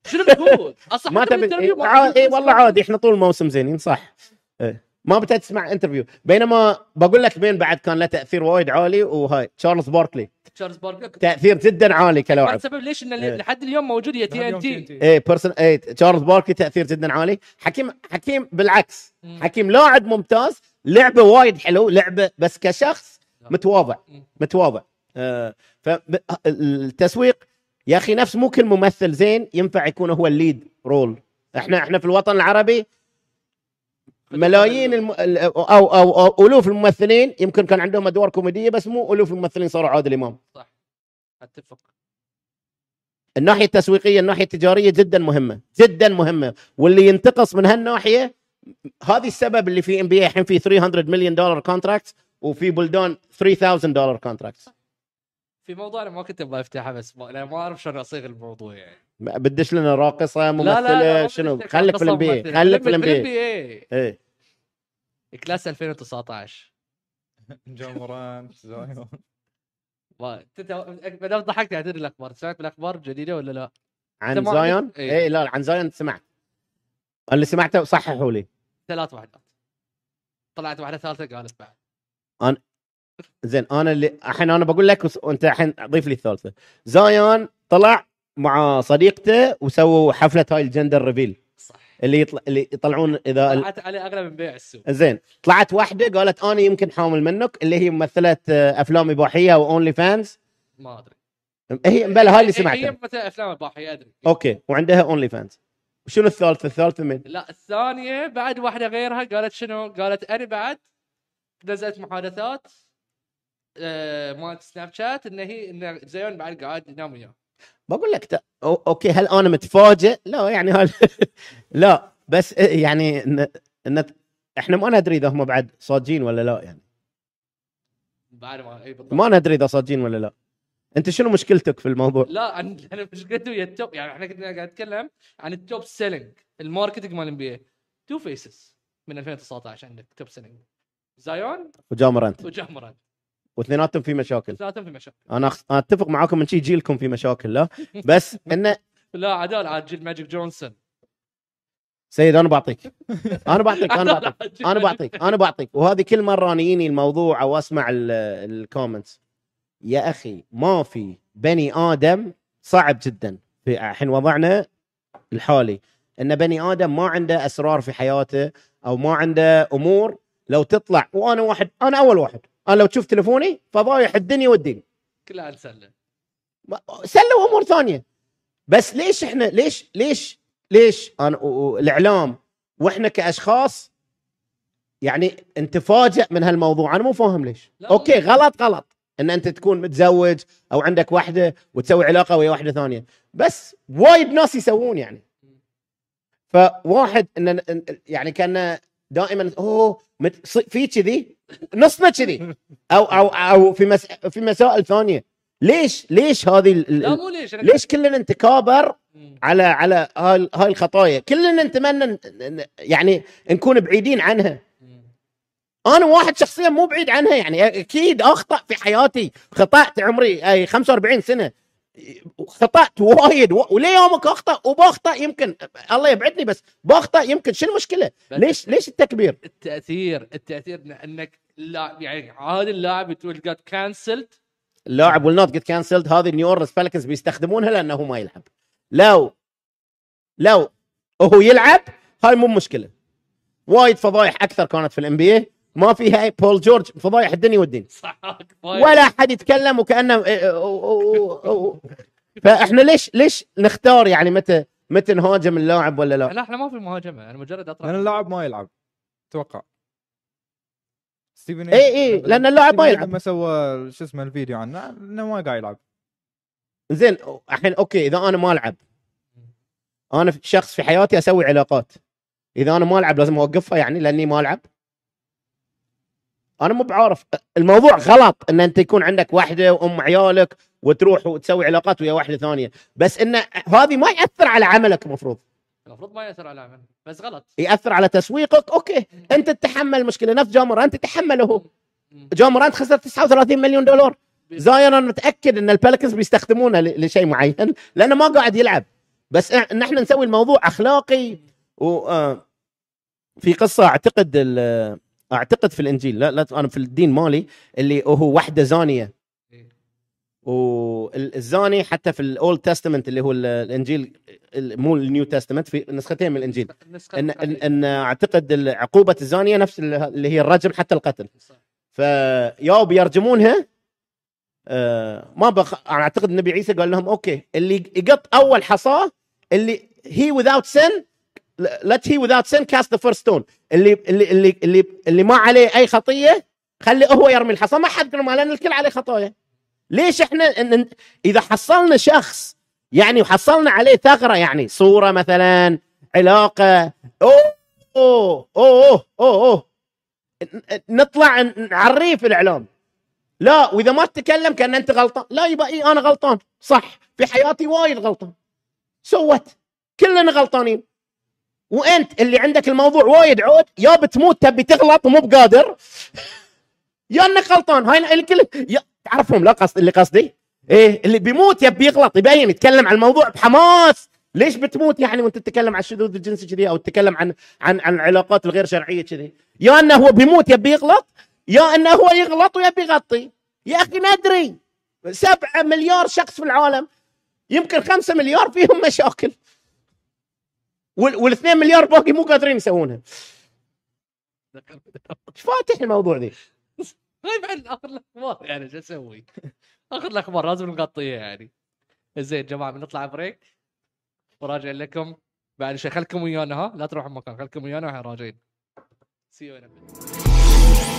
شنو بتقول؟ اصلا ما حتى تبي بالانترفيو ما عا- بتقول اي والله عادي احنا طول الموسم زينين صح إيه. ما بتبي تسمع انترفيو بينما بقول لك مين بعد كان له تاثير وايد عالي وهاي تشارلز باركلي تشارلز باركر تاثير جدا عالي كلاعب السبب ليش ان إيه. لحد اليوم موجود يا تي ان تي ايه بيرسون ايه تشارلز باركلي تاثير جدا عالي حكيم حكيم بالعكس مم. حكيم لاعب ممتاز لعبه وايد حلو لعبه بس كشخص متواضع مم. متواضع آه فالتسويق يا اخي نفس مو كل ممثل زين ينفع يكون هو الليد رول احنا احنا في الوطن العربي ملايين الم... ال- أو, او او الوف الممثلين يمكن كان عندهم ادوار كوميديه بس مو الوف الممثلين صاروا عادل امام اتفق الناحيه التسويقيه الناحيه التجاريه جدا مهمه جدا مهمه واللي ينتقص من هالناحيه هذه السبب اللي في ام بي اي الحين في 300 مليون دولار كونتراكت وفي بلدان 3000 دولار كونتراكت في موضوع انا ما كنت ابغى افتحه بس ما... لأن ما اعرف شلون اصيغ الموضوع يعني بدش لنا راقصه ممثله ما شنو بدي أفتح خليك قصة في الام بي اي ممثلة. خليك في الام بي اي NBA. إيه. كلاس 2019 جمران زايون ما أنت- ما دام ضحكت اعتذر الاخبار سمعت بالاخبار الجديده ولا لا؟ عن أنت ما زايون عندك- إيه. اي لا عن زايون سمعت اللي سمعته صححوا لي ثلاث وحدات طلعت واحده ثالثه قالت بعد زين انا اللي الحين انا بقول لك وس- وانت الحين ضيف لي الثالثه زايون طلع مع صديقته وسووا حفله هاي الجندر ريفيل صح اللي يطلع اللي يطلعون اذا ال- طلعت على اغلب مبيع السوق زين طلعت واحده قالت انا يمكن حامل منك اللي هي ممثله آه، افلام اباحيه واونلي فانز ما ادري هي بلا هاي اللي هي سمعتها مثل افلام الباحيه ادري اوكي وعندها اونلي فانز وشنو الثالثه الثالثه من لا الثانيه بعد واحده غيرها قالت شنو؟ قالت انا بعد نزلت محادثات آه، مالت سناب شات ان هي ان زيون بعد قاعد ينام وياه بقول لك ت- أو- اوكي هل انا متفاجئ لا يعني هل... لا بس آه، يعني إن... إن... احنا ما ندري اذا هم بعد صادقين ولا لا يعني بعد ما اي بالضبط ما ندري اذا صادقين ولا لا انت شنو مشكلتك في الموضوع لا أنا- انا مشكلتي ويا التوب يعني احنا كنا قاعد نتكلم عن التوب سيلينج الماركتنج مال ام بي تو فيسز من 2019 عندك توب سيلينج زايون وجامرانت وجهمران واثنيناتهم في مشاكل ثلاثهم في مشاكل انا أخ- اتفق معاكم من شي جيلكم في مشاكل لا بس انه لا عدال عاد جيل ماجيك جونسون سيد انا بعطيك انا بعطيك انا عدال بعطيك عاد جيل انا ماجيك- بعطيك انا بعطيك وهذه كل مره أنا يجيني الموضوع او اسمع الكومنتس يا اخي ما في بني ادم صعب جدا في الحين وضعنا الحالي ان بني ادم ما عنده اسرار في حياته او ما عنده امور لو تطلع وانا واحد انا اول واحد انا لو تشوف تليفوني فضايح الدنيا والدين كلها نسلم ما- سلوا امور ثانيه بس ليش احنا ليش ليش ليش أنا و- و- الاعلام واحنا كاشخاص يعني انت فاجئ من هالموضوع انا مو فاهم ليش لا، اوكي غلط غلط ان انت تكون متزوج او عندك واحده وتسوي علاقه ويا واحده ثانيه بس وايد ناس يسوون يعني فواحد ان إن- يعني كان دائما اوه مت- ص- في كذي نصنا كذي او او او في مس... في مسائل ثانيه ليش ليش هذه ال- ال- لا مو ليش انا ليش كلنا نتكابر مم. على على هاي هاي الخطايا كلنا نتمنى ن- ن- يعني نكون بعيدين عنها مم. انا واحد شخصيا مو بعيد عنها يعني اكيد اخطا في حياتي خطات عمري اي 45 سنه خطات وايد و- وليه يومك اخطا وبخطا يمكن الله يبعدني بس بخطا يمكن شنو المشكله بس ليش ليش التكبير التاثير التاثير إن- انك لا يعني عادي اللاعب تقول قد كانسلت اللاعب ويل نوت جيت كانسلد هذه نيو اورلينز بالكنز بيستخدمونها لانه ما يلعب لو لو هو يلعب هاي مو مشكله وايد فضايح اكثر كانت في الام بي ما فيها بول جورج فضايح الدنيا والدين صح ولا احد يتكلم وكانه إيه، أو- أو- أو- فاحنا ليش ليش نختار يعني متى متى نهاجم اللاعب ولا لا لا احنا ما في مهاجمه انا مجرد اطرح لان اللاعب ما يلعب اتوقع ستيفن إيه إيه، لأن اللاعب ما ستيفن يلعب. لما سوى شو اسمه الفيديو عنه انه ما قاعد يلعب زين الحين اوكي اذا انا ما العب انا في- شخص في حياتي اسوي علاقات اذا انا ما العب لازم اوقفها يعني لاني ما العب انا مو بعارف الموضوع غلط ان انت يكون عندك واحده وام عيالك وتروح وتسوي علاقات ويا واحده ثانيه بس ان هذه ما ياثر على عملك المفروض المفروض ما ياثر على العمل بس غلط ياثر على تسويقك اوكي انت تتحمل المشكله نفس جامر انت تتحمله مم. جامرانت خسر 39 مليون دولار زاين انا متاكد ان البلكنز بيستخدمونه ل- لشيء معين لانه ما قاعد يلعب بس إح- ان احنا نسوي الموضوع اخلاقي و آه، في قصه اعتقد ال- اعتقد في الانجيل لا, لا انا في الدين مالي اللي هو واحده زانيه إيه. والزاني حتى في الاولد تستمنت اللي هو ال- الانجيل ال- مو النيو تستمنت في نسختين من الانجيل النسخة ان ان, الرقمية. إن اعتقد ال- عقوبه الزانيه نفس ال- اللي هي الرجم حتى القتل صح. فيا بيرجمونها آه، ما بخ... انا اعتقد النبي عيسى قال لهم اوكي اللي يقط اول حصاه اللي هي without sin let he without sin cast the first stone اللي اللي اللي اللي, اللي ما عليه اي خطيه خلي هو يرمي الحصى ما حد يرمى لان الكل عليه خطايا ليش احنا إن- إن- اذا حصلنا شخص يعني وحصلنا عليه ثغره يعني صوره مثلا علاقه اوه اوه اوه اوه, أوه. نطلع ن- نعريه في الاعلام لا واذا ما تتكلم كان انت غلطان لا يبقى إيه انا غلطان صح في حياتي وايد غلطان سوت كلنا غلطانين وانت اللي عندك الموضوع وايد عود يا بتموت تبي تغلط ومو بقادر يا انك غلطان هاي الكل يا- تعرفهم لا قصد اللي قصدي ايه اللي بيموت يبي يغلط يبين يتكلم عن الموضوع بحماس ليش بتموت يعني وانت تتكلم عن الشذوذ الجنسي كذي او تتكلم عن عن عن العلاقات الغير شرعيه كذي يا انه هو بيموت يبي يغلط يا انه هو يغلط ويبي يغطي يا اخي ندري سبعة مليار شخص في العالم يمكن خمسة مليار فيهم مشاكل وال- والاثنين مليار باقي مو قادرين يسوونها ايش فاتح الموضوع ذي غيب عن اخر الاخبار يعني شو اسوي؟ اخر الاخبار لازم نغطيها يعني. زين جماعه بنطلع بريك وراجع لكم بعد شوي خلكم ويانا ها لا تروحوا مكان خلكم ويانا واحنا راجعين. See you in a bit.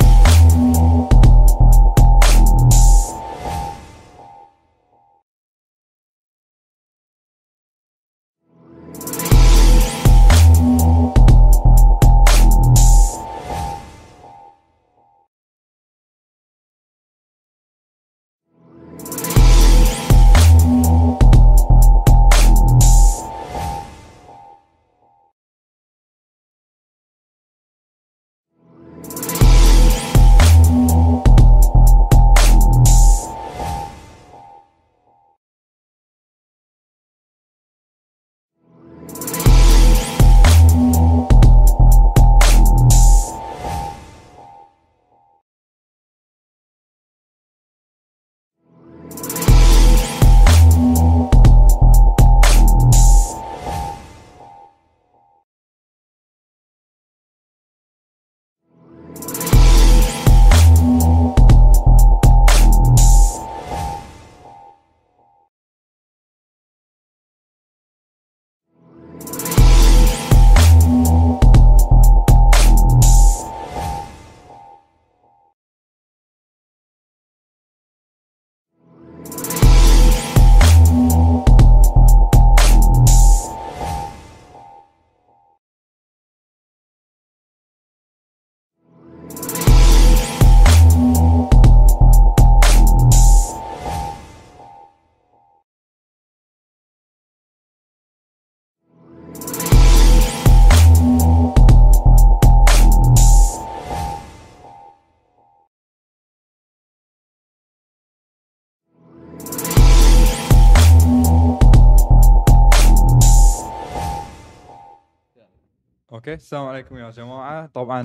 اوكي السلام عليكم يا جماعه طبعا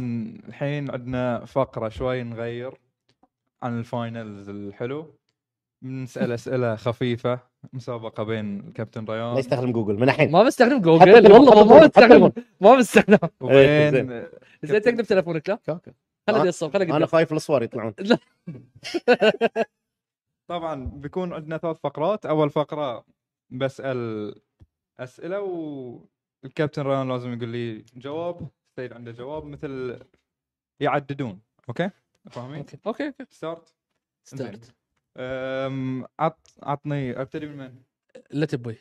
الحين عندنا فقره شوي نغير عن الفاينلز الحلو بنسال اسئله خفيفه مسابقه بين الكابتن لا ريان يستخدم جوجل من الحين آه. ما بستخدم حط جوجل التليفون، والله حط ما التليفون، حط بستخدم ما بستخدم وبين زين تكتب تلفونك لا كاكا. خليني الصوب خليني انا اقدر خايف الاسوار يطلعون طبعا بيكون عندنا ثلاث فقرات اول فقره بسال اسئله والكابتن ريان لازم يقول لي جواب سيد عنده جواب مثل يعددون اوكي فاهمين اوكي اوكي ستارت ستارت أم، عط عطني ابتدي من من لا تبوي إيه،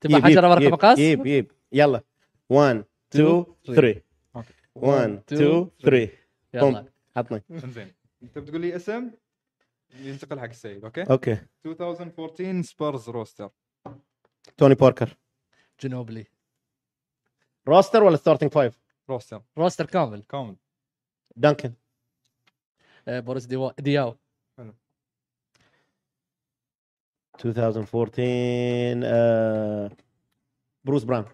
تبغى حجره ورقه مقاس؟ يب يب يلا 1 2 3 أوكي. 1 two، 2 3 يلا عطني انزين انت بتقول لي اسم ينتقل حق السيد اوكي اوكي 2014 سبيرز روستر توني باركر جنوبلي روستر ولا ستارتنج فايف؟ روستر روستر كامل كامل دانكن آه، بوريس ديوا- دياو 2014 آه، بروس براون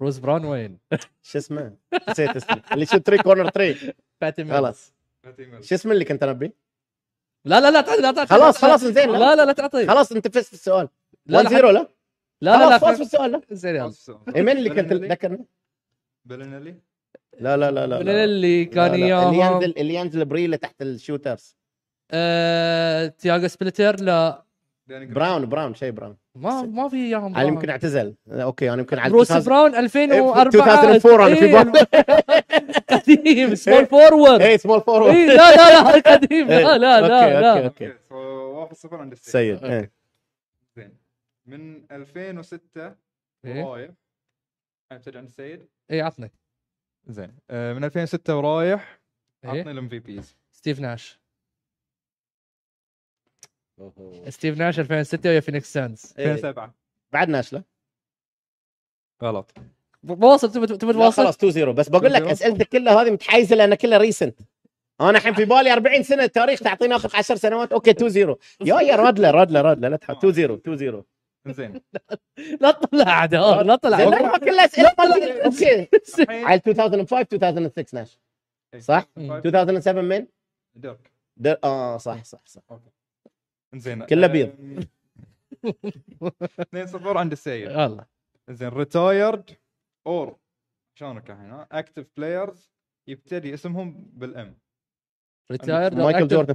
روز براون وين؟ شو اسمه؟ نسيت اسمه اللي شو 3 كورنر 3 فاتن خلاص شو اسمه اللي كنت انبي؟ لا لا لا تعطي لا تعطي خلاص، خلاص، زين. لا لا لا تعطي لا خلاص انت فزت السؤال لا 1 0 لا لا لا خلاص فزت في خلاص السؤال لا زين يلا من اللي كنت بلينلي؟ ذكرني؟ بلينلي لا لا لا لا من لا. اللي كان لا، لا. اللي اياهم ينزل اللي ينزل بريله تحت الشوترز آه، تياغو سبلتر لا داني جرين. براون براون شيء براون ما ما في اياهم انا براون. يمكن اعتزل اوكي انا يمكن على بروس 2000 براون 2004 2004 انا في إيه، بالي قديم سمول فورورد اي سمول فورورد اي إيه، لا لا لا قديم لا لا لا إيه، أوكي، لا أوكي. اوكي so 1-0 عند السيد سيد إيه. زين من 2006 إيه. ورايح ابتدي عند السيد اي عطني زين آه، من 2006 ورايح إيه. عطني الام في بيز ستيف ناش ستيف ناش 2006 ويا فينيكس سانز إيه. 2007 بعد ناشله غلط بواصل تبي تبي لا تواصل خلاص 2 0 بس بقول لك 2-0. اسئلتك كلها هذه متحيزه لان كلها ريسنت انا الحين في بالي 40 سنه تاريخ تعطينا اخر 10 سنوات اوكي 2 0 يا يا رادله رادله رادله لا تحط 2 0 2 0 زين لا تطلع عداء لا تطلع زين، عداء. لا، كلها اسئله اوكي الحين إيه، على 2005 2006 ناش صح؟ إيه، 2007 من؟ درك در... اه صح صح صح زين كله بيض. إيه. 2 0 عند السيد يلا زين ريتايرد اور شلونك الحين ها اكتف بلايرز يبتدي اسمهم بالام ريتايرد مايكل جوردن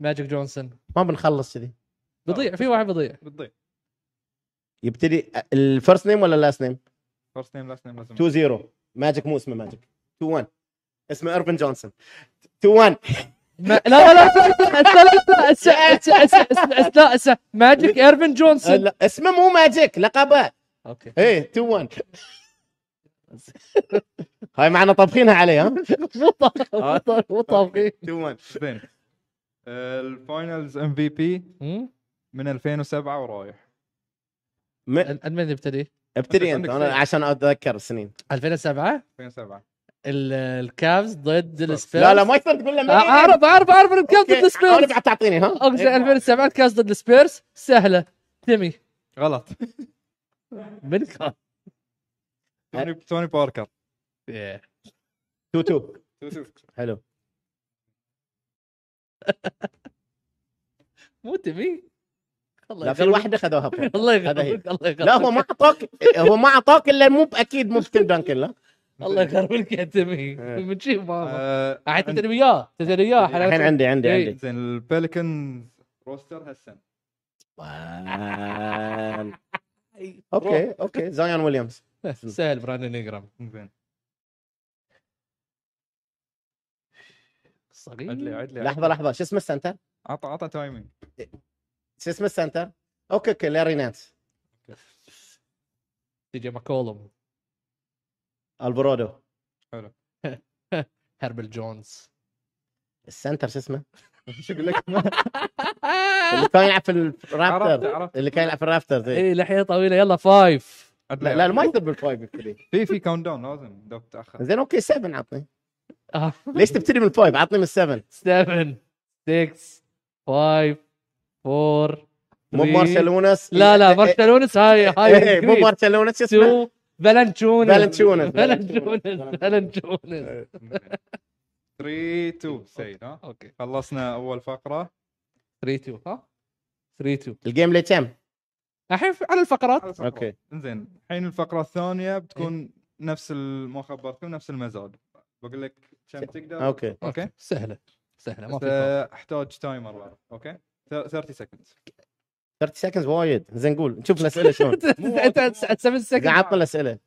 ماجيك جونسون ما بنخلص كذي بضيع في واحد بضيع بتضيع يبتدي آه، الفيرست نيم ولا اللاست نيم؟ فيرست نيم لاست نيم لازم 2 0 ماجيك مو اسمه ماجيك 2 1 اسمه ايرفن جونسون 2 1 ما- لا لا لا لا لا اسا- اسا- اسا- اسا- اسا- اسا- ماجيك ايرفن آه، جونسون لا، اسمه مو ماجيك لقبه اوكي ايه 2 1 هاي معنا طابخينها عليه ها مو طاق- مو طاق- مو طاقي 2 1 زين آه، الفاينلز ام في بي من 2007 ورايح م- من يبتدي؟ ابتدي انت انا عشان اتذكر السنين 2007 2007 ال- الكافز ضد السبيرز آه، لا لا ما يصير تقول له ما- اعرف اعرف اعرف الكاف أوكي، إيه؟ ضد انا السبيرز بعد تعطيني ها اوكي 2007 كاس ضد السبيرز سهله تمي غلط من كان؟ توني توني باركر 2 2 حلو مو تمي الله لا في يغلبك. واحده خذوها بوينت. الله هذا هي. يغربك الله يغربك لا هو ما اعطاك هو ما اعطاك الا مو اكيد مو بتيم دانكن لا الله يغربك يا تمي إيه. من شي ماما آه، عاد عند- تدري وياه تدري وياه الحين عندي عندي إيه. عندي زين البلكنز روستر هالسنه وان. اوكي اوكي زايون ويليامز سهل براندن انجرام زين عدلي صغير عدلي لحظه لحظه شو اسمه السنتر؟ عطى عطى تايمينج شو اسمه السنتر؟ اوكي اوكي لاري نانس تي جي ماكولم الفرودو هربل جونز السنتر شو اسمه؟ شو اقول لك اللي كان يلعب في عرفت الرابتر عرفت اللي كان يلعب في الرابترز إيه. اي لحيه طويله يلا فايف لا لا ما يصير بالفايف يبتدي في في كاونت داون لازم دوب تاخر زين اوكي 7 عطني آه. ليش تبتدي من الفايف؟ عطني من 7 7 6 5 4 مو مارشالونس لا لا مارشالونس هاي إيه، هاي مو مارشالونس شو اسمه؟ 2 فالنتشونس فالنتيونس. فالنتشونس فالنتشونس إيه. 3 2 سيد ها اوكي خلصنا اول فقره 3 2 ها 3 2 الجيم لي كم؟ الحين في- على الفقرات على الفقرة. اوكي زين الحين الفقره الثانيه بتكون نفس ال- ما خبرتكم نفس المزاج بقول لك كم تقدر اوكي اوكي سهله سهله ما بس في إيه. فرق. آه، احتاج تايمر بعد اوكي ث- 30 سكند 30 سكند وايد زين قول شوف الاسئله شلون انت أنت 7 إذا سكند عطنا الاسئله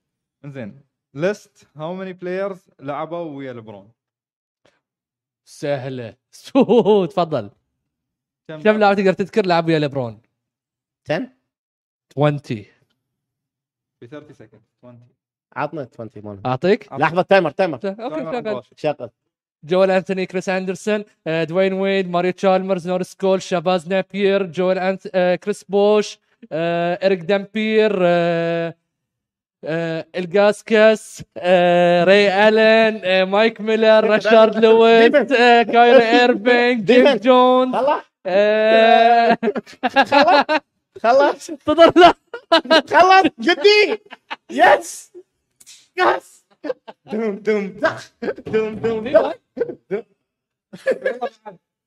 انزين ليست هاو ماني بلايرز لعبوا ويا لبرون سهله سو- تفضل كم لاعب تقدر تذكر لعب ويا لبرون 10 20 ب 30 سكند 20 عطنا 20 مالهم اعطيك لحظه تايمر تايمر اوكي تايمر شغل 11. شغل جويل انتوني كريس اندرسون آه، دوين ويد ماريو تشالمرز نورس كول شاباز نابير جويل أنت... آه، كريس بوش آه، اريك دامبير آه، آه، الجاسكس آه، ري الين آه، مايك ميلر ديفيد راشارد ألن. لويت ديفيد. آه، كايري ايربينج جيم ديفيد. جونز خلاص آه، خلاص انتظر لا خلاص جدي يس يس دوم دوم دخ دوم دوم دخ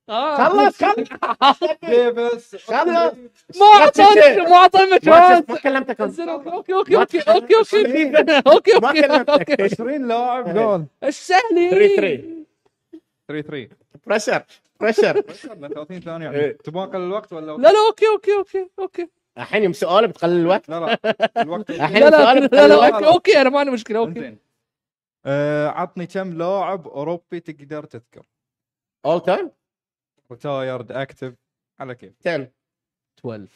آه، خلص خلص ديفيس خلص ما اعطاني ما اعطاني ما مجال ما كلمتك أنت. انزين، اوكي اوكي اوكي اوكي اوكي اوكي ما اوكي كلمتك. اوكي 20 لاعب إيه. جول السهلي 3 3 3 بريشر بريشر 3 30 ثانيه إيه. تبغى اقل الوقت ولا لا لا اوكي اوكي اوكي اوكي الحين يوم سؤال بتقلل الوقت لا لا الوقت الحين لا لا سؤال لا بتقلل لا الوقت اوكي اوكي انا ما عندي مشكله اوكي انزين آه، عطني كم لاعب اوروبي تقدر تذكر اول تايم ريتايرد اكتف على كيف 10 12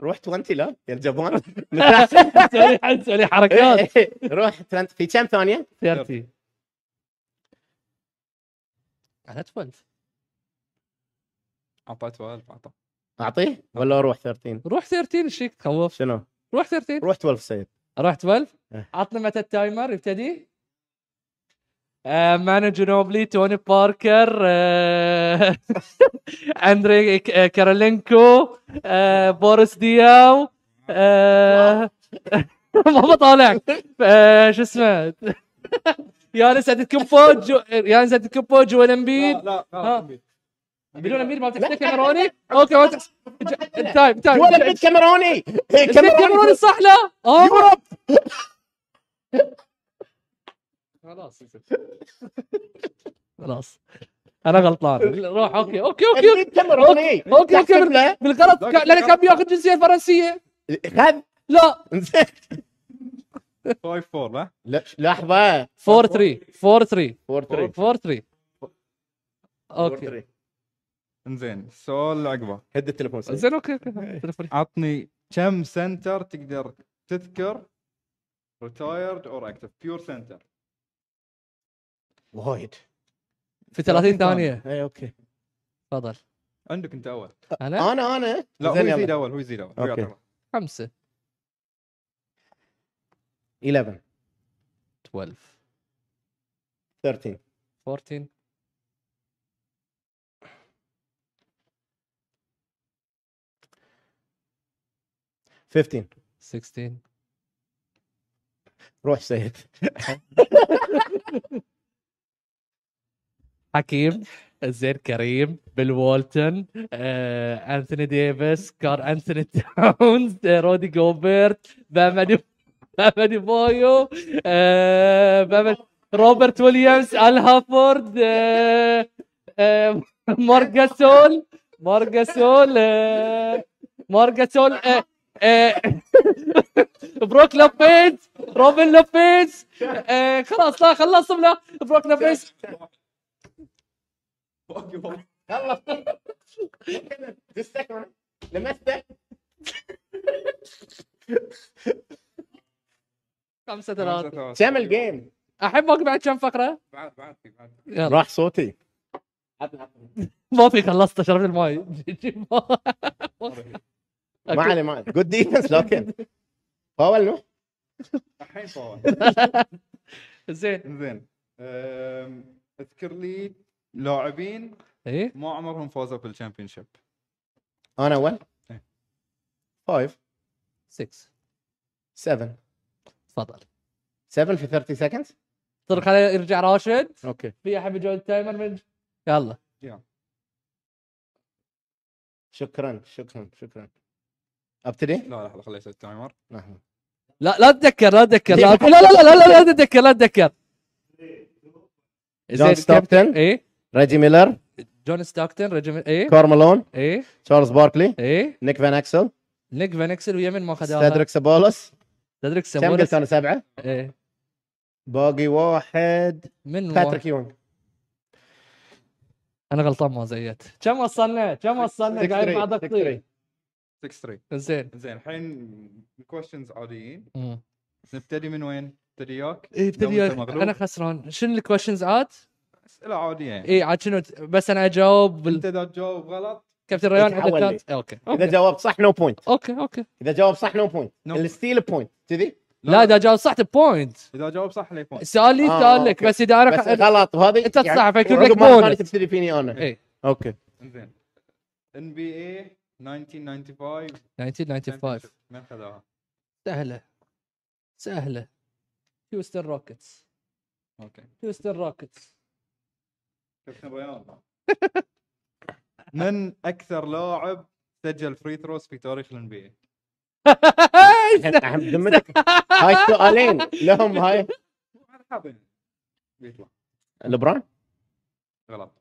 روح 20 لا يا الجبان سوري سوري حركات روح 20 في كم ثانيه؟ 30 انا 12 اعطيت سؤال اعطى اعطيه ولا اروح 13 روح 13 ايش فيك تخوف شنو؟ روح 13 روح 12 سيد روح 12 إيه. عطنا متى التايمر يبتدي آه، مانو جنوبلي توني باركر آه، اندري ك- آه، كارولينكو آه، بوريس دياو آه، ما بطالعك آه، شو اسمه يانس اتكومبو جو- يانس اتكومبو جويل امبيد لا لا ها. لا بدون امبيد ما بتحسب كاميروني اوكي ما بتحسب ج- تايم تايم ولا بنت كاميروني كاميروني صح لا اه يوروب خلاص خلاص انا غلطان روح اوكي اوكي اوكي كاميروني أوكي، أوكي. تحسب له بالغلط كان- لان كان بياخذ جنسيه فرنسيه خذ لا إنزين. 5 4 لا لا، لحظه 4 3 4 3 4 3 4 3 اوكي انزين السؤال اللي عقبه هد التليفون سيد. زين اوكي اوكي تلفوني. عطني كم سنتر تقدر تذكر ريتايرد اور اكتف بيور سنتر وايد في 30 ثانيه اي اوكي تفضل عندك انت اول انا انا انا لا هو زين، يلا. يزيد اول هو يزيد اول هو أوكي. يعطي. خمسه 11 12 13 14 15 16 روح سيد حكيم زين كريم بيل والتون آه، انثوني ديفيس كار انثوني تاونز آه، رودي جوبرت بامادي بامادي بويو آه، بامادي روبرت ويليامز ال هافورد آه، آه، مورغاسول مورغاسول آه، مورغاسول آه، آه، بروك لوبيز روبن لوبيز آه، خلاص لا خلصنا بروك لوبيز يلا دستك أنا. لمستك 5 3 كم الجيم احبك بعد كم فقره بعد بعد في- بعد في. يلا راح صوتي ما في خلصت شربت الماي جيب ماء. ما علي ما علي جود ديفنس لكن فاول نو الحين فاول زين انزين أم، اذكر لي لاعبين ايه ما عمرهم فازوا بالشامبيون شيب انا اول إيه. 5 6 7 تفضل 7 في 30 سكند طرق خليه يرجع راشد اوكي في احد بيجون التايمر من يلا شكرا شكرا شكرا ابتدي لا لحظه خليه يسوي التايمر لحظة. لا لا تتذكر لا تتذكر لا لا لا لا لا لا تتذكر لا تتذكر زين، كابتن- ستوكتون. اي ريجي ميلر إيه؟ جون إيه؟ ستاكتن رجم اي كارمالون اي تشارلز باركلي اي نيك فان اكسل إيه؟ نيك فان اكسل ويمن ما خذاها ستادريك سابولس تدرك كم سمولس قلت انا سبعه اي باقي واحد إيه. من باتريك واحد. يونغ انا غلطان ما زيت كم وصلنا كم وصلنا 6-3. قاعد مع دقيقتين 6 3 زين زين الحين كويشنز عاديين مم. نبتدي من وين؟ نبتدي وياك؟ إيه، لو ابتدي أنت مغلوب. انا خسران شنو الكويشنز عاد؟ اسئله عاديه إيه. يعني اي إيه، عاد شنو بس انا اجاوب بال- انت اذا تجاوب غلط كابتن ريان عنده يتحول لي. كات- اوكي اذا جاوبت صح نو بوينت اوكي اوكي اذا جاوب صح نو بوينت No. الستيل بوينت كذي لا اذا جاوب صح بوينت اذا جاوب صح لي بوينت سؤال لي آه، سؤال لك أوكي. بس اذا انا بس غلط وهذه أنت صح، فيكتب لك وعقب مرة ثانية bonus. تبتدي فيني انا إيه. اوكي زين ان بي اي 1995 1995 من خذاها؟ سهله سهله هيوستن روكيتس اوكي هيوستن روكيتس كابتن ريان من اكثر لاعب سجل فري ثروز في تاريخ الان بي اي؟ الحين- الحين بذمتك هاي سؤالين لهم هاي بيطلع لبران غلط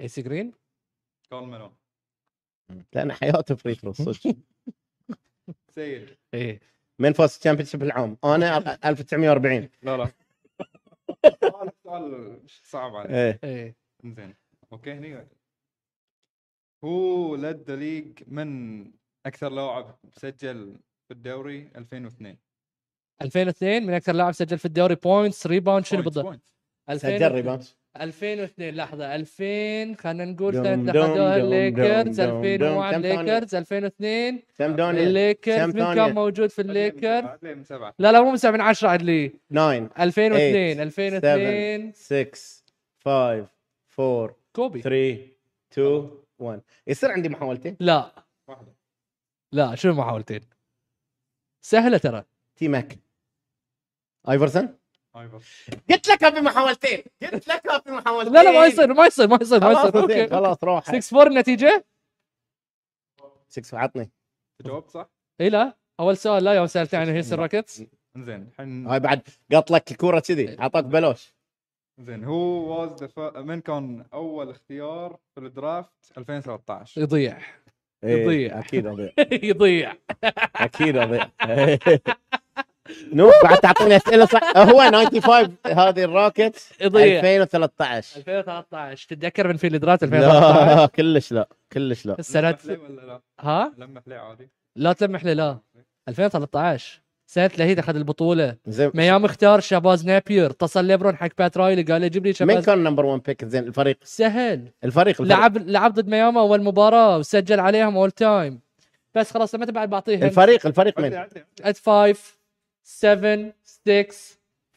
ايسي جرين كارل مالون لان حياته فري ثرو صدق سيد إيه. ايه من فاز الشامبيون شيب العام انا 1940 لا لا سؤال سؤال صعب عليك ايه ايه زين اوكي هني هو لد ذا ليج من اكثر لاعب سجل في الدوري 2002 2002 من اكثر لاعب سجل في الدوري بوينتس ريباوند شنو Points, بالضبط points. 2000 سجل ريباوند 2002 لحظه 2000 خلينا نقول دوم، ثلاثة دوم، اخذوها دوم، الليكرز دوم، دوم، 2001 كم ثانية؟ ليكرز 2002 كم دوني؟ الليكرز كم من ثانية؟ كان موجود في عدليه من الليكرز سبعة، عدليه من سبعه لا لا مو من 7 من 10 عدلي 9 2002 8, 2002 6 5 4 كوبي 3 2 1 يصير عندي محاولتين لا واحده لا شنو محاولتين سهله ترى تي ماك ايفرسون هاي بس قلت لك ابي محاولتين قلت لك ابي محاولتين لا لا ما يصير ما يصير ما يصير ما خلاص يصير زين، اوكي خلاص روح 6 6 4 النتيجه 6 عطني جاوبت صح؟ اي لا اول سؤال لا يوم سالتني عن هيوستن روكيتس زين الحين هاي بعد قط لك الكوره إيه. كذي عطاك ببلاش زين هو واز من كان اول اختيار في الدرافت 2013 يضيع إيه، يضيع. اكيد اضيع يضيع اكيد اضيع نو بعد تعطيني اسئله صح هو 95 هذه الروكيت يضيع 2013 2013 تتذكر من في الادرات 2013 لا كلش لا كلش لا السنه لمح لي ولا لا؟ ها لمح لي عادي لا تلمح لي لا 2013 سنه لهيد اخذ البطوله زين ميام اختار شاباز نابير اتصل ليبرون حق بات رايلي قال لي جيب لي مين شاباز كان طيب. نمبر 1 بيك زين الفريق سهل الفريق, الفريق. لعب لعب ضد مياما اول مباراه وسجل عليهم اول تايم بس خلاص لما بعد بعطيهم الفريق الفريق عدلي من عدلي عدلي. 5 7 6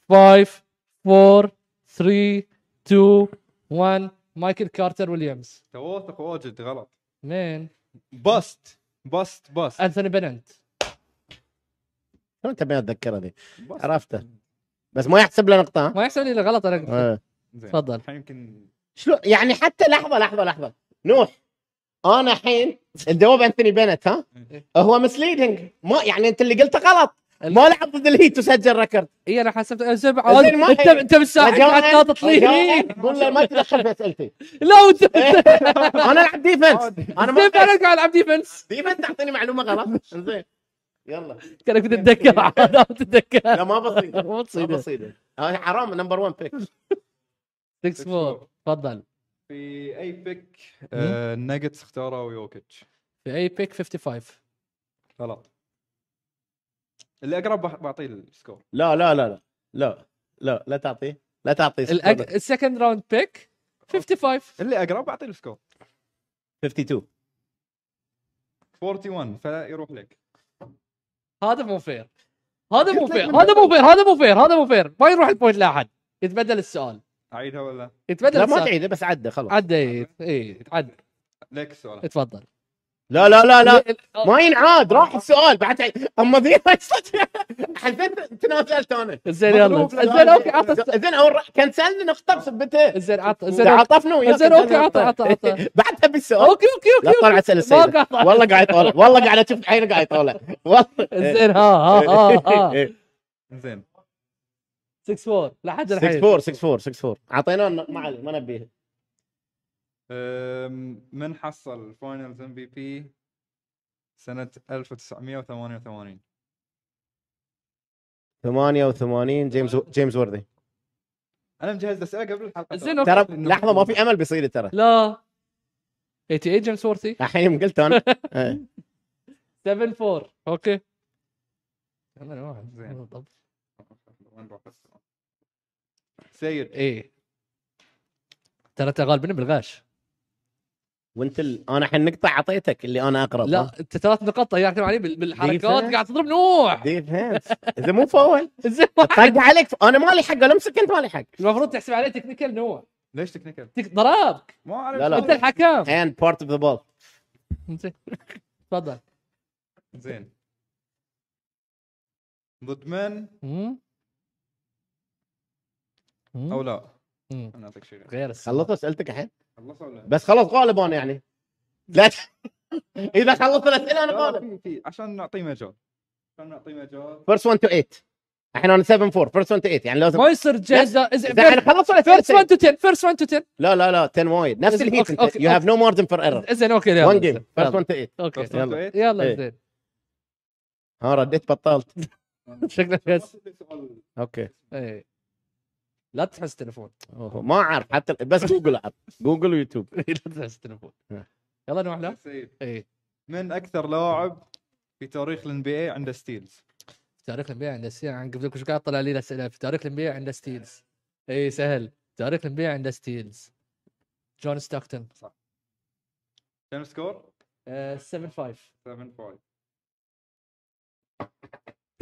5 4 3 2 1 مايكل كارتر ويليامز تواثق واجد غلط مين بست بست بست انثوني بننت شلون انت ما اتذكر هذه بست. عرفته بس ما يحسب له نقطه ها؟ ما يحسب لي إلا غلط انا قلت. آه. زين تفضل. الحين يمكن شلون يعني حتى لحظه لحظه لحظه نوح انا الحين الجواب انثوني بنت ها هو مسليدنج ما يعني انت اللي قلته غلط ما لعب ضد الهيت وسجل ريكورد اي انا حسبت سبعة عاد زين، ما انت هي- انت بالساعه قاعد رجاءً- تناطط لي هني. رجاءً قول له ما تدخل في إيه. اسئلتي لا وانت انت انا العب ديفنس انا ما كيف انا قاعد العب ديفنس ديفنس تعطيني معلومه غلط زين يلا كانك تتذكر عاد أنا تتذكر لا ما بصيده مو ما تصيده بصيده هاي حرام نمبر 1 بيك 6 4 تفضل في اي بيك آه، الناجتس اختاروا يوكيتش في اي بيك 55 غلط اللي اقرب بح- بعطيه السكور لا لا لا لا لا لا لا تعطيه لا تعطيه الأك- السكند راوند بيك 55 اللي اقرب بعطيه السكور 52 41 فيروح لك هذا مو فير هذا مو فير هذا مو فير هذا مو فير هذا مو فير ما يروح البوينت لاحد يتبدل السؤال اعيدها ولا يتبدل لا ما السؤال تعيده بس عده خلاص عدى اي تعدى لك السؤال تفضل لا لا لا لا ال- ما ينعاد راح السؤال بعد عي- اما ذي هاي صدق. حسيت تنازلت انا زين يلا مضروب لأ- زين اوكي عطى الس- زين اول ر- كنسلني نقطه بسبته زين عطى زين أوكي. تعاطفنا وياك زين، أوكي، عطى- عطى- عطى. بعدها بالسؤال اوكي اوكي لا اوكي تطلع اسئله ما سيئه قاطع. والله قاعد يطالع والله قاعد اشوف عينه آه، قاعد يطالع والله زين ها ها ها ها زين 6 4 لحد 6 الحين 4 6 4 6 4 اعطيناه النق- ما عليه ما نبيه أم، من حصل فاينلز ام بي بي سنة 1988 88 جيمس جيمس وردي انا مجهز اسئله قبل الحلقه زين، ترى. أوكي. ترى لحظه ما في امل بيصير ترى لا 88 جيمس وورثي الحين يوم قلت انا إيه. 7 4 اوكي ثمانية واحد زين. بالضبط وين بروح بس؟ سيد ايه ترى انت غالبا بالغاش وانت ال... انا الحين نقطه اعطيتك اللي انا اقرب ها؟ لا انت ثلاث نقاط طيرت علي بال- بالحركات Defense. قاعد تضرب نوح ديفنس اذا مو فول زين طق عليك انا مالي حق ولا امسك انت مالي حق المفروض تحسب عليه تكنيكال نوح ليش تكنيكال؟ تك- ضربك ما اعرف لا، لا. انت الحكم هاند بارت اوف ذا بول زين. تفضل زين ضد من مم. مم. او لا مم. انا اعطيك شيء غير السؤال. خلصت اسئلتك الحين خلص ولا لا؟ بس خلاص غالب انا يعني لا ت... اذا خلصت الاسئله لا، انا لا، غالب في في عشان نعطيه مجال عشان نعطيه مجال فيرست 1 تو 8 الحين انا 7 4 فيرست 1 تو 8 يعني لازم ما يصير تجهز الحين خلص ولا فيرست 1 اسئلتك تو 10 فيرست 1 تو 10 لا لا لا 10 وايد نفس إذا- الهيت أوكي، انت أوكي، يو هاف نو مارجن فور ايرور زين اوكي يلا 1 جيم فيرست 1 يلا. تو 8 اوكي First one to يلا. eight. يلا إيه. زين ها رديت بطلت شكلك بس. سؤال اوكي إيه. لا تحس تلفون أوه، ما اعرف حتى بس جوجل اعرف جوجل ويوتيوب إيه، لا تحس تلفون نعم. يلا نروح له إيه. سيد اي من اكثر لاعب في تاريخ الان بي اي عنده ستيلز في تاريخ الانبياء عند ستيلز عن قبل ايش قاعد طلع لي الاسئله في تاريخ الانبياء عند ستيلز اي سهل تاريخ الانبياء عند ستيلز جون ستاكتون كم سكور؟ 7 5 7 5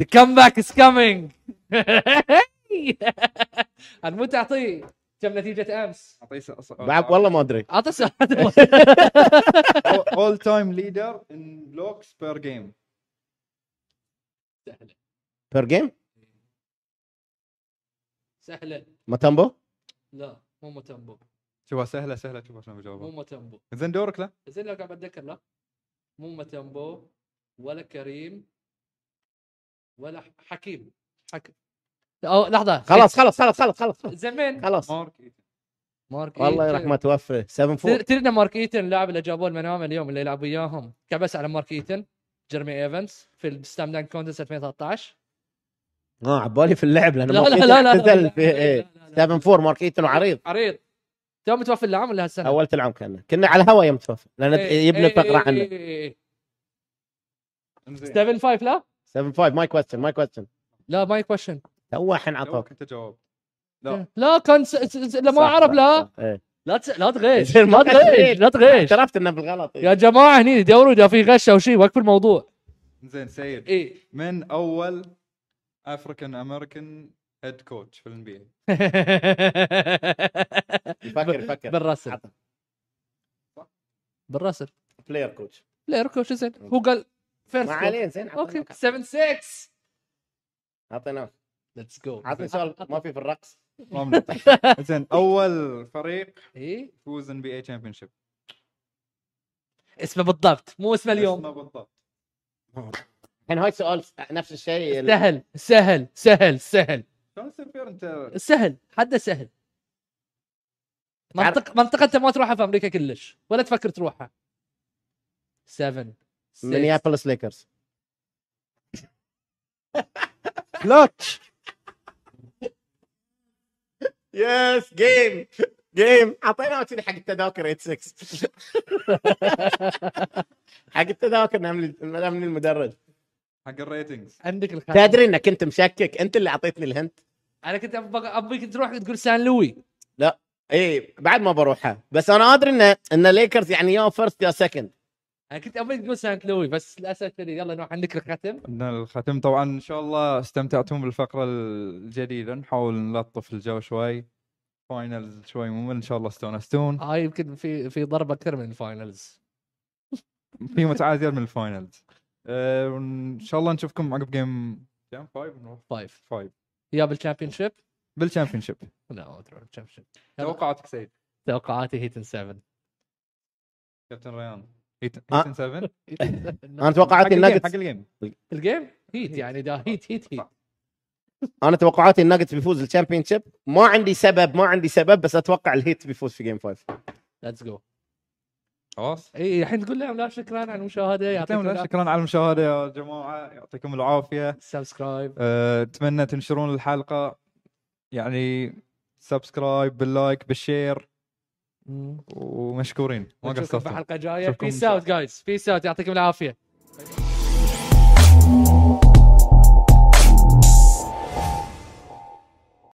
The comeback is coming انا مو تعطيه كم نتيجه امس اعطيه سؤال بعد والله ما ادري اعطى سؤال اول تايم ليدر ان بلوكس بير جيم سهله بير جيم سهله ماتامبو لا مو متنبو شوفها سهله سهله شوفها شلون مو بجاوبها متنبو زين دورك لا زين لو قاعد اتذكر لا مو متنبو ولا كريم ولا ح- حكيم حكيم أو لحظه خلاص خلاص خلاص خلاص خلاص خلاص. زمان خلاص مارك إيتن. مارك والله إيتن. يرحمه توفى 7 تدري- 4 تدري ان مارك ايتن اللاعب اللي جابوه المنام اليوم اللي يلعب وياهم كبس على مارك ايتن جيرمي ايفنس في الستام دانك كونتست 2013 اه عبالي في اللعب لان لا، لا، مارك لا، لا، ايتن لا، اعتزل لا، في لا، لا، إيه، لا، لا. 7 4 مارك ايتن وعريض عريض تو متوفى اللاعب ولا هالسنه؟ اول العام كنا كنا على هوا يوم توفى لان إيه، جبنا إيه، فقره إيه، عنه إيه، إيه، إيه. زين 7 5 لا 7 5 ماي كويستشن ماي كويستشن لا ماي كويشن تو الحين دورك عطاك انت جاوب لا لا كان س... س... س... لما صح، عرب صح، لا صح. إيه. لا تس... لا تغش زين، ما لا تغش غشيت. لا تغش اعترفت انه بالغلط إيه. يا جماعه هني دوروا اذا في غش او شيء وقفوا الموضوع زين سيد اي من اول افريكان امريكان هيد كوتش في الان بي اي إيه. يفكر يفكر بالرسل عطى. بالرسل بلاير كوتش لا ركوب شو زين هو قال ما فيرست عليه زين اوكي عطيناك. 7 6 اعطيناك ليتس جو عطني سؤال ما في في الرقص ما بنطلع. زين اول فريق اي فوز ان بي اي تشامبيون شيب اسمه بالضبط مو اسمه اليوم بالضبط الحين هاي سؤال نفس الشيء ال- سهل سهل سهل سهل شلون يصير فير انت سهل حده سهل تعرف- منطقة منطقة انت ما تروحها في امريكا كلش ولا تفكر تروحها 7 مينيابوليس ليكرز كلتش يس جيم جيم اعطيناه كذي حق التذاكر 86 حق التذاكر من المدرج حق الريتنجز عندك الخيار تدري انك انت مشكك انت اللي اعطيتني الهنت انا كنت أبغى- ابيك تروح تقول سان لوي اي إيه، بعد ما بروحها بس انا ادري ان ان ليكرز يعني يا فيرست يا سكند انا كنت ابيك تقول سان لوي بس للاسف الشديد يلا نروح عندك الختم عندنا الختم طبعا ان شاء الله استمتعتم بالفقره الجديده نحاول نلطف الجو شوي فاينلز شوي ممل ان شاء الله استونستون هاي آه، يمكن في في ضرب اكثر من الفاينلز في متعه زياده من الفاينلز أه، ان شاء الله نشوفكم عقب جيم جيم 5 نروح فايف 5 طيب. يا بالشامبيون شيب بالشامبيون شيب لا ما تروح الشامبيون شيب توقعاتك سيد توقعاتي هيتن 7 كابتن ريان هيتن آه. 7 انا توقعت حق الجيم حق الناجتس الجيم الجيم هيت يعني ده هيت هيت هيت انا توقعاتي الناجتس بيفوز الشامبيون شيب ما عندي سبب ما عندي سبب بس اتوقع الهيت بيفوز في جيم 5 ليتس جو خلاص اي إيه، الحين تقول لهم لا شكرا على المشاهده يعطيكم تسلموا، العافيه شكرا على المشاهده يا جماعه يعطيكم العافيه سبسكرايب أه، اتمنى تنشرون الحلقه يعني سبسكرايب باللايك بالشير ومشكورين ما نشوفكم في قصرتوا حلقه جايه نشوفكم إن بيس شاء اوت جايز بيس اوت يعطيكم العافيه